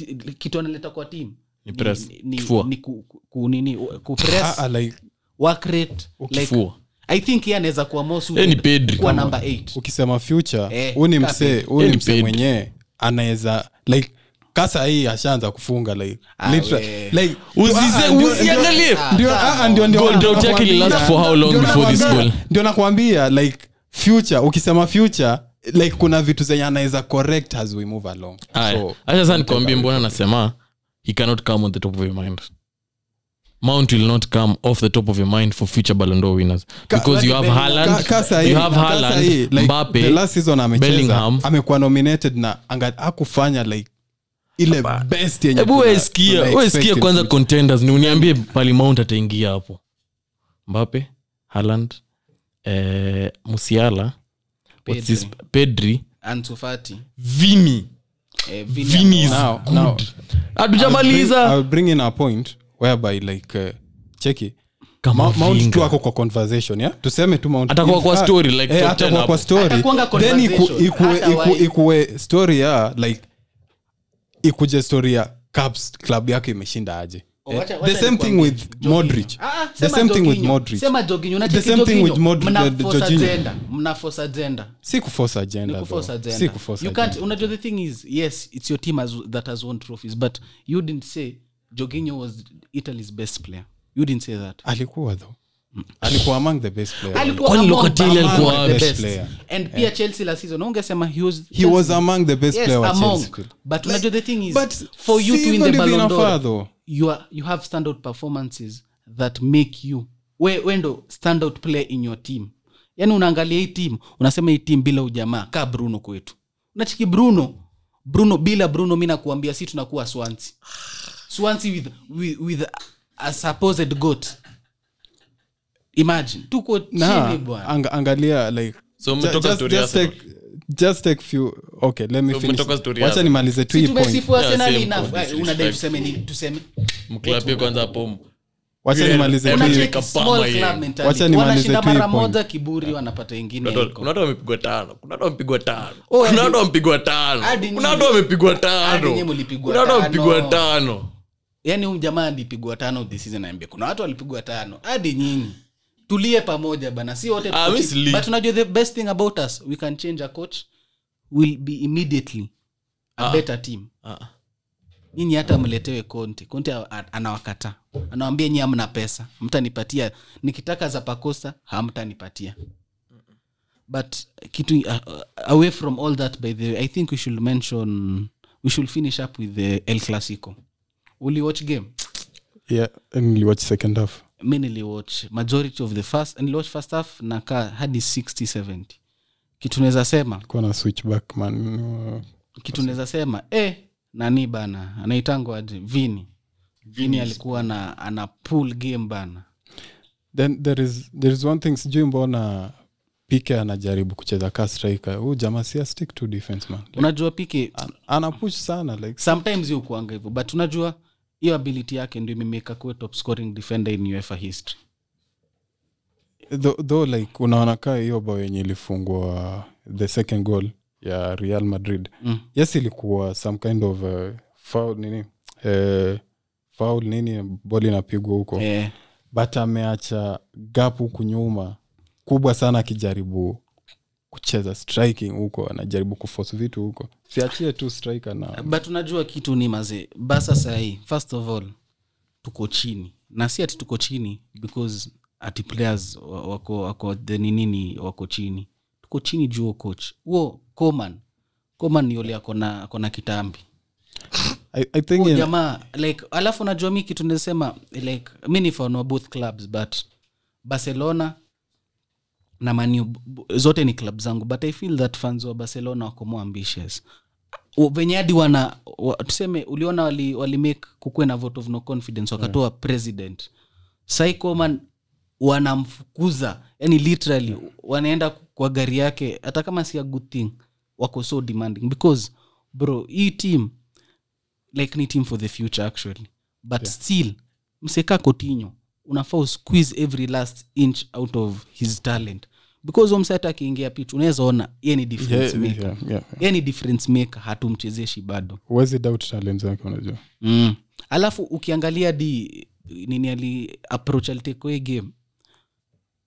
Speaker 2: th- kitu analeta kwa team ni
Speaker 3: press.
Speaker 2: ni, ni,
Speaker 3: Kifua.
Speaker 2: ni ku, ku- ku nini ku press
Speaker 4: Ah, ah, like,
Speaker 2: work rate
Speaker 4: Oh,
Speaker 2: like
Speaker 3: Kifua.
Speaker 2: i think yeye anaweza kuwa more
Speaker 3: Eh, ni
Speaker 2: suited
Speaker 3: pedri
Speaker 2: kuwa number 8
Speaker 4: ukisema future
Speaker 2: Eh,
Speaker 4: huu ni
Speaker 2: kapi.
Speaker 4: msee huu
Speaker 3: Eh,
Speaker 4: ni
Speaker 3: ni
Speaker 4: msee
Speaker 3: paid.
Speaker 4: mwenyewe anaweza like kasa hii ashaanza kufunga like
Speaker 2: Ah,
Speaker 4: literal-
Speaker 2: we.
Speaker 4: like
Speaker 3: Usize-
Speaker 4: ah, ndio-
Speaker 3: usiangalie
Speaker 2: Ah,
Speaker 4: ndio-
Speaker 2: come
Speaker 4: ah,
Speaker 2: on.
Speaker 4: ndio- ndio
Speaker 3: Goal
Speaker 4: na-
Speaker 3: drought yake ililast
Speaker 4: nakwambia-
Speaker 3: for how long
Speaker 4: ndio
Speaker 3: before this
Speaker 4: nakwambia-
Speaker 3: goal?
Speaker 4: ndio nakwambia like future ukisema future like kuna vitu zenye anaweza correct as we move along so
Speaker 3: hachasa nikuambie mbona nasema he cannot come on the top of your mind mount will not come off the top of your mind for future balondo winners because you have
Speaker 2: Bellingham-
Speaker 3: Haaland,
Speaker 4: Ka- ka sahi,
Speaker 3: you have
Speaker 4: ka sahi,
Speaker 3: Haaland,
Speaker 4: like,
Speaker 3: Mbappe,
Speaker 4: the last season amecheza,
Speaker 3: Bellingham.
Speaker 4: amekuwa nominated na anga- hakufanya like ile best yenye
Speaker 3: hebu
Speaker 4: tuna-
Speaker 3: weskia
Speaker 4: tuna expect
Speaker 3: weskia
Speaker 4: in
Speaker 3: kwanza
Speaker 4: future.
Speaker 3: contenders ni uniambie pali mount ataingia hapo mbape haland eh, musiala what's
Speaker 2: Pedri.
Speaker 3: his- pedri
Speaker 2: Ansu Fati,
Speaker 3: vini
Speaker 2: eh, Vini
Speaker 3: vini is
Speaker 4: Now- now, I'll bring-
Speaker 3: hatujamaliza
Speaker 4: I'll bring in a point whereby like uh, cheki
Speaker 3: Kama
Speaker 4: Ma- Mount
Speaker 3: Vinga.
Speaker 4: tu ako kwa conversation yeah? tuseme tu Mount-
Speaker 3: Atakuwa kwa
Speaker 4: Ah,
Speaker 3: story, like
Speaker 4: eh,
Speaker 3: top
Speaker 4: atakuwa
Speaker 3: 10
Speaker 4: kwa
Speaker 3: hapo.
Speaker 4: story.
Speaker 2: Atakuanga
Speaker 4: Then iku-
Speaker 2: conversation.
Speaker 4: ikuwe-
Speaker 2: Hata
Speaker 4: iku-
Speaker 2: why-
Speaker 4: ikuwe story ya like ikuje story ya Cubs, club yake imeshinda aje
Speaker 2: Oh,
Speaker 4: Eh,
Speaker 2: wacha-
Speaker 4: the
Speaker 2: wacha
Speaker 4: same thing
Speaker 2: nikwambie,
Speaker 4: with
Speaker 2: Jorginho.
Speaker 4: modric
Speaker 2: Ah, ah,
Speaker 4: the
Speaker 2: sema
Speaker 4: same thing with
Speaker 2: Jorginho.
Speaker 4: modric
Speaker 2: Sema Jorginho, na
Speaker 4: The
Speaker 2: cheki
Speaker 4: same thing
Speaker 2: Jorginho,
Speaker 4: with Modric,
Speaker 2: mna
Speaker 4: the- the
Speaker 2: force
Speaker 4: Jorginho.
Speaker 2: agenda, mna force agenda.
Speaker 4: si kuforce agenda
Speaker 2: Ni
Speaker 4: though.
Speaker 2: kuforce agenda.
Speaker 4: Si kuforce
Speaker 2: You
Speaker 4: agenda.
Speaker 2: can't- unajua the thing is yes it's your team has, that has won trophies but you didn't say Jorginho was italy's best player you didn't say that
Speaker 4: alikuwa though alikuwa among the best players
Speaker 2: alikuwa
Speaker 3: Kwani
Speaker 2: among
Speaker 3: Locatelli
Speaker 2: the-
Speaker 3: alikuwa
Speaker 2: among the
Speaker 4: best
Speaker 2: best.
Speaker 4: player?
Speaker 2: and pia chelsea la season ungesema he was
Speaker 4: he was among the best
Speaker 2: yes,
Speaker 4: player wa
Speaker 2: among
Speaker 4: Chelsea.
Speaker 2: but
Speaker 4: Like,
Speaker 2: unajua the thing is
Speaker 4: but
Speaker 2: for you
Speaker 4: si
Speaker 2: to win
Speaker 4: hivyo
Speaker 2: the
Speaker 4: ndivyo
Speaker 2: Ballon d'Or,
Speaker 4: inafaa though.
Speaker 2: you are you have standout performances that make you we wendo standout player in your team yaani unaangalia hii team unasema hii team bila ujamaa kaa bruno kwetu nachiki bruno bruno bila bruno mi nakuambia si tunakuwa swansi swansi with, with, with a supposed goat imagine tuko
Speaker 4: na
Speaker 2: chini bwana
Speaker 4: ang angalia like
Speaker 3: So
Speaker 4: ju-
Speaker 3: umetoka
Speaker 4: just,
Speaker 3: story
Speaker 4: just
Speaker 3: yako.
Speaker 4: take just take few okay let me
Speaker 3: So
Speaker 4: finish
Speaker 3: umetoka story
Speaker 4: wacha
Speaker 3: yako.
Speaker 4: nimalize tu hii point
Speaker 2: tumesifu arsenal
Speaker 3: same
Speaker 2: enough
Speaker 3: point,
Speaker 2: Eh, unadai tuseme nini tuseme
Speaker 3: mklapie kwanza hapo
Speaker 4: wacha
Speaker 3: Real
Speaker 4: nimalize tu
Speaker 3: Madrid.
Speaker 4: hii
Speaker 2: Unacheki
Speaker 3: Kama
Speaker 2: small
Speaker 3: yeye.
Speaker 2: club mentality.
Speaker 4: Wacha nimalize
Speaker 2: Wanashinda
Speaker 4: tu
Speaker 2: mara
Speaker 4: hii point.
Speaker 2: moja kiburi wanapata ingine
Speaker 3: kuna watu wamepigwa tano kuna watu wamepigwa tano
Speaker 2: Eh, Oh,
Speaker 3: kuna
Speaker 2: hadi-
Speaker 3: watu wamepigwa tano
Speaker 2: hadi
Speaker 3: kuna watu
Speaker 2: nyinyi-
Speaker 3: wamepigwa
Speaker 2: hadi
Speaker 3: tano
Speaker 2: nyinyi mlipigwa
Speaker 3: kuna watu wamepigwa
Speaker 2: tano.
Speaker 3: tano
Speaker 2: yani Yaani huyu jamaa alipigwa tano this season naambia kuna watu walipigwa tano hadi nyinyi tulie pamoja bana si wote
Speaker 3: Ah,
Speaker 2: tuko
Speaker 3: mi
Speaker 2: chini.
Speaker 3: sili-
Speaker 2: but unajua the best thing about us we can change a coach will be immediately a
Speaker 3: Ah.
Speaker 2: better team
Speaker 3: Ah.
Speaker 2: nyinyi hata mletewe konte konte a- a- anawakataa anawambia nyi hamna pesa mtanipatia nikitaka za pakosa hamtanipatia but kitu uh, uh, away from all that by the way i think we should mention we should finish up with the el clasico uliwatch game
Speaker 4: yeah niliwatch second half
Speaker 2: mi niliwatch majority of the first niliwatch first half na ka hadi 60 70 kitu naweza sema
Speaker 4: kwa na switchback man
Speaker 2: kitu naweza sema eh, nani bana anaitangwa aje vini vini alikuwa na ana pool game bana
Speaker 4: then there is there is one thing sijui mbona pike anajaribu kucheza ka striker huyu jamaa si a stick to defense man like,
Speaker 2: unajua pike
Speaker 4: anapush sana like
Speaker 2: sometimes hi ukuanga hivyo but unajua hiyo ability yake ndio imemeka kuwe top scoring defender in uefa history
Speaker 4: though, though like unaona kaa hiyo bao yenye ilifungwa the second goal ya real madrid
Speaker 2: Mm.
Speaker 4: yes ilikuwa some kind of uh, foul nini uh, foul nini boli inapigwa huko
Speaker 2: eh,
Speaker 4: but ameacha gap huku nyuma kubwa sana akijaribu kucheza striking huko anajaribu kuforce vitu huko siachie tu striker na
Speaker 2: Ah. but unajua kitu ni mazee basa sahii first of all tuko chini na si ati tuko chini because ati players wa- wako wako the ninini wako chini tuko chini juu huo coach huo coman coman yole akona akona kitambi
Speaker 4: I, I think
Speaker 2: Huyu
Speaker 4: in-
Speaker 2: jamaa like alafu najua mi kitu nisema like mi ni fan wa both clubs but barcelona na manu zote ni club zangu but i feel that fans wa barcelona wako more ambitious U- venye hadi wana wa, tuseme uliona wali, wali make kukuwe na vote of no confidence wakatoa president psychoman wanamfukuza yani literally wanaenda kwa gari yake hata kama si a good thing wako so demanding because bro hii team like ni team for the future actually but yeah. still mseka kotinyo unafaa usqueeze every last inch out of his talent because omseta akiingia pitch unaweza ona ye ni difference
Speaker 4: Yeah,
Speaker 2: maker
Speaker 4: yeah, yeah, yeah.
Speaker 2: ye ni difference maker hatumchezeshi bado
Speaker 4: huwezi doubt talent zake unajua
Speaker 2: mm. alafu ukiangalia di nini ali approach alitekoe game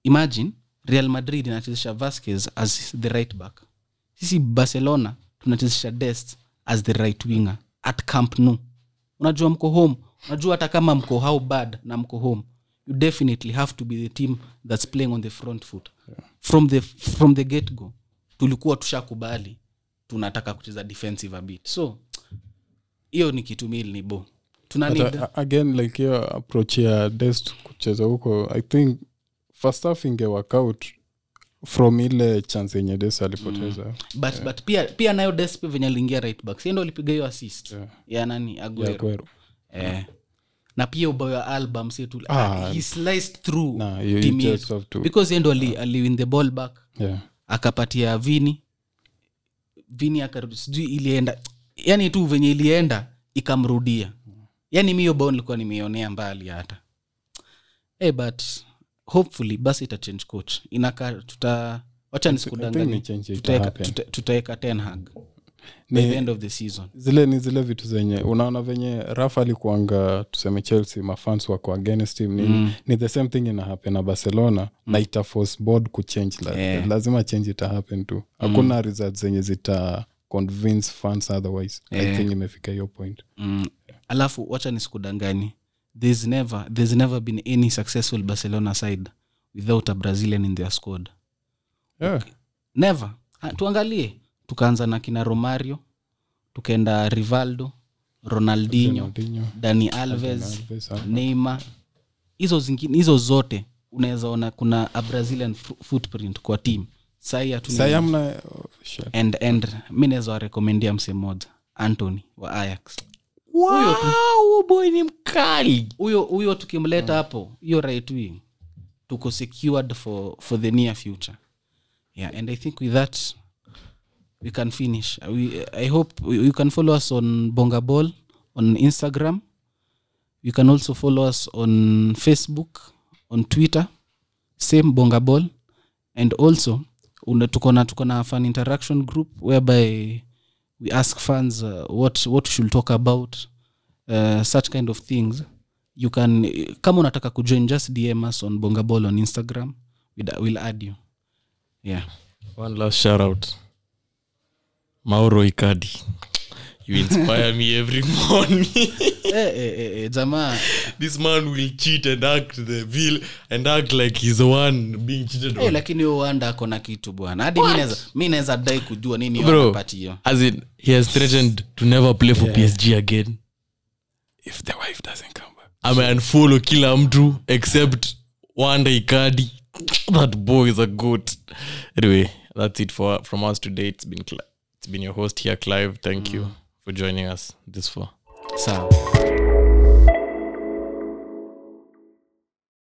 Speaker 2: imagine real madrid inachezesha vasquez as the right back sisi barcelona tunachezesha dest as the right winger at camp no unajua mko home unajua hata kama mko how bad na mko home you definitely have to be the team that's playing on the front foot from the, from the get go tulikuwa tushakubali tunataka kucheza defensive a bit so hiyo ni kitu mili ni bo tuna
Speaker 4: But,
Speaker 2: need-
Speaker 4: uh, again like hiyo approach ya dest kucheza huko i think first half inge work out from ile chance yenye dest alipoteza
Speaker 2: but, but pia, pia nayo desp venye aliingia right back siendo alipiga hiyo assist
Speaker 4: Yeah.
Speaker 2: ya nani
Speaker 4: ya
Speaker 2: aguero
Speaker 4: Aguero.
Speaker 2: eh. na pia ubao ya album setu
Speaker 4: Ah.
Speaker 2: he sliced through
Speaker 4: Nah, you- you
Speaker 2: timu
Speaker 4: just
Speaker 2: yetu.
Speaker 4: have to-
Speaker 2: because yendo ali, aliwin the ball back
Speaker 4: Yeah.
Speaker 2: akapatia vini vini akarudi sijui ilienda yani tu venye ilienda ikamrudia yani miyo bao nilikuwa nimeionea mbali hata hey, but hopefully basi ita change coach inaka tuta wacha
Speaker 4: I think
Speaker 2: nisikudanganye
Speaker 4: ni change
Speaker 2: tutaweka
Speaker 4: itahappen.
Speaker 2: tuta- tutaweka ten hag by
Speaker 4: Ni-
Speaker 2: the end of the season
Speaker 4: zile ni zile vitu zenye unaona venye rafa alikuanga tuseme chelsea mafans wako against him nini mm. ni the same thing ina happen na barcelona mm. na ita force board kuchange la,
Speaker 2: Yeah.
Speaker 4: lazima change ita happen tu hakuna results zenye zita convince fans otherwise i
Speaker 2: Yeah.
Speaker 4: think imefika hiyo point
Speaker 2: mm. alafu wacha nisikudanganye there's never, there's never been any successful barcelona side without a brazilian in their squad
Speaker 4: yeah.
Speaker 2: never Ha, tuangalie tukaanza na kina romario tukaenda rivaldo ronaldinho
Speaker 4: Ronaldinho,
Speaker 2: dani alves
Speaker 4: Alves, ah.
Speaker 2: neymar hizo zingine hizo zote unaweza ona kuna a brazilian fu- footprint kwa team sai
Speaker 4: Sasa
Speaker 2: hatuna
Speaker 4: hamna- oh, shit.
Speaker 2: and and mi naweza warekomendia mse moja antony wa ayax
Speaker 3: wow, boy ni mkali
Speaker 2: huyo huyo tukimleta hapo hiyo right wing tuko secured for, for the near future yeah and i think with that we can finish we, i hope you can follow us on bonga ball on instagram you can also follow us on facebook on twitter same bonga ball and also una- tuko na tuko na fan interaction group whereby we ask fans uh, what what we should talk about uh, such kind of things you can kama unataka kujoin just dm us on bonga ball on instagram We'd- we'll add you yeah
Speaker 3: one last shout out mauro ikadi you inspire me every morning
Speaker 2: eh, eh, eh, eh, jamaa
Speaker 3: this man will cheat and act the vil and act like he's the one being cheated
Speaker 2: eh,
Speaker 3: on.
Speaker 2: lakini huyo wanda ako na kitu bwana hadi mi naeza- mi naweza dai kujua nini
Speaker 3: Bro.
Speaker 2: wanapati hiyo
Speaker 3: as in he has threatened to never play for psg again
Speaker 4: if the wife doesn't come back
Speaker 3: ameunfollow kila mtu except wanda ikadi that boy is a goat anyway that's it for from us today it's been Cl- it's been your host here clive thank you for joining us this far
Speaker 2: sawa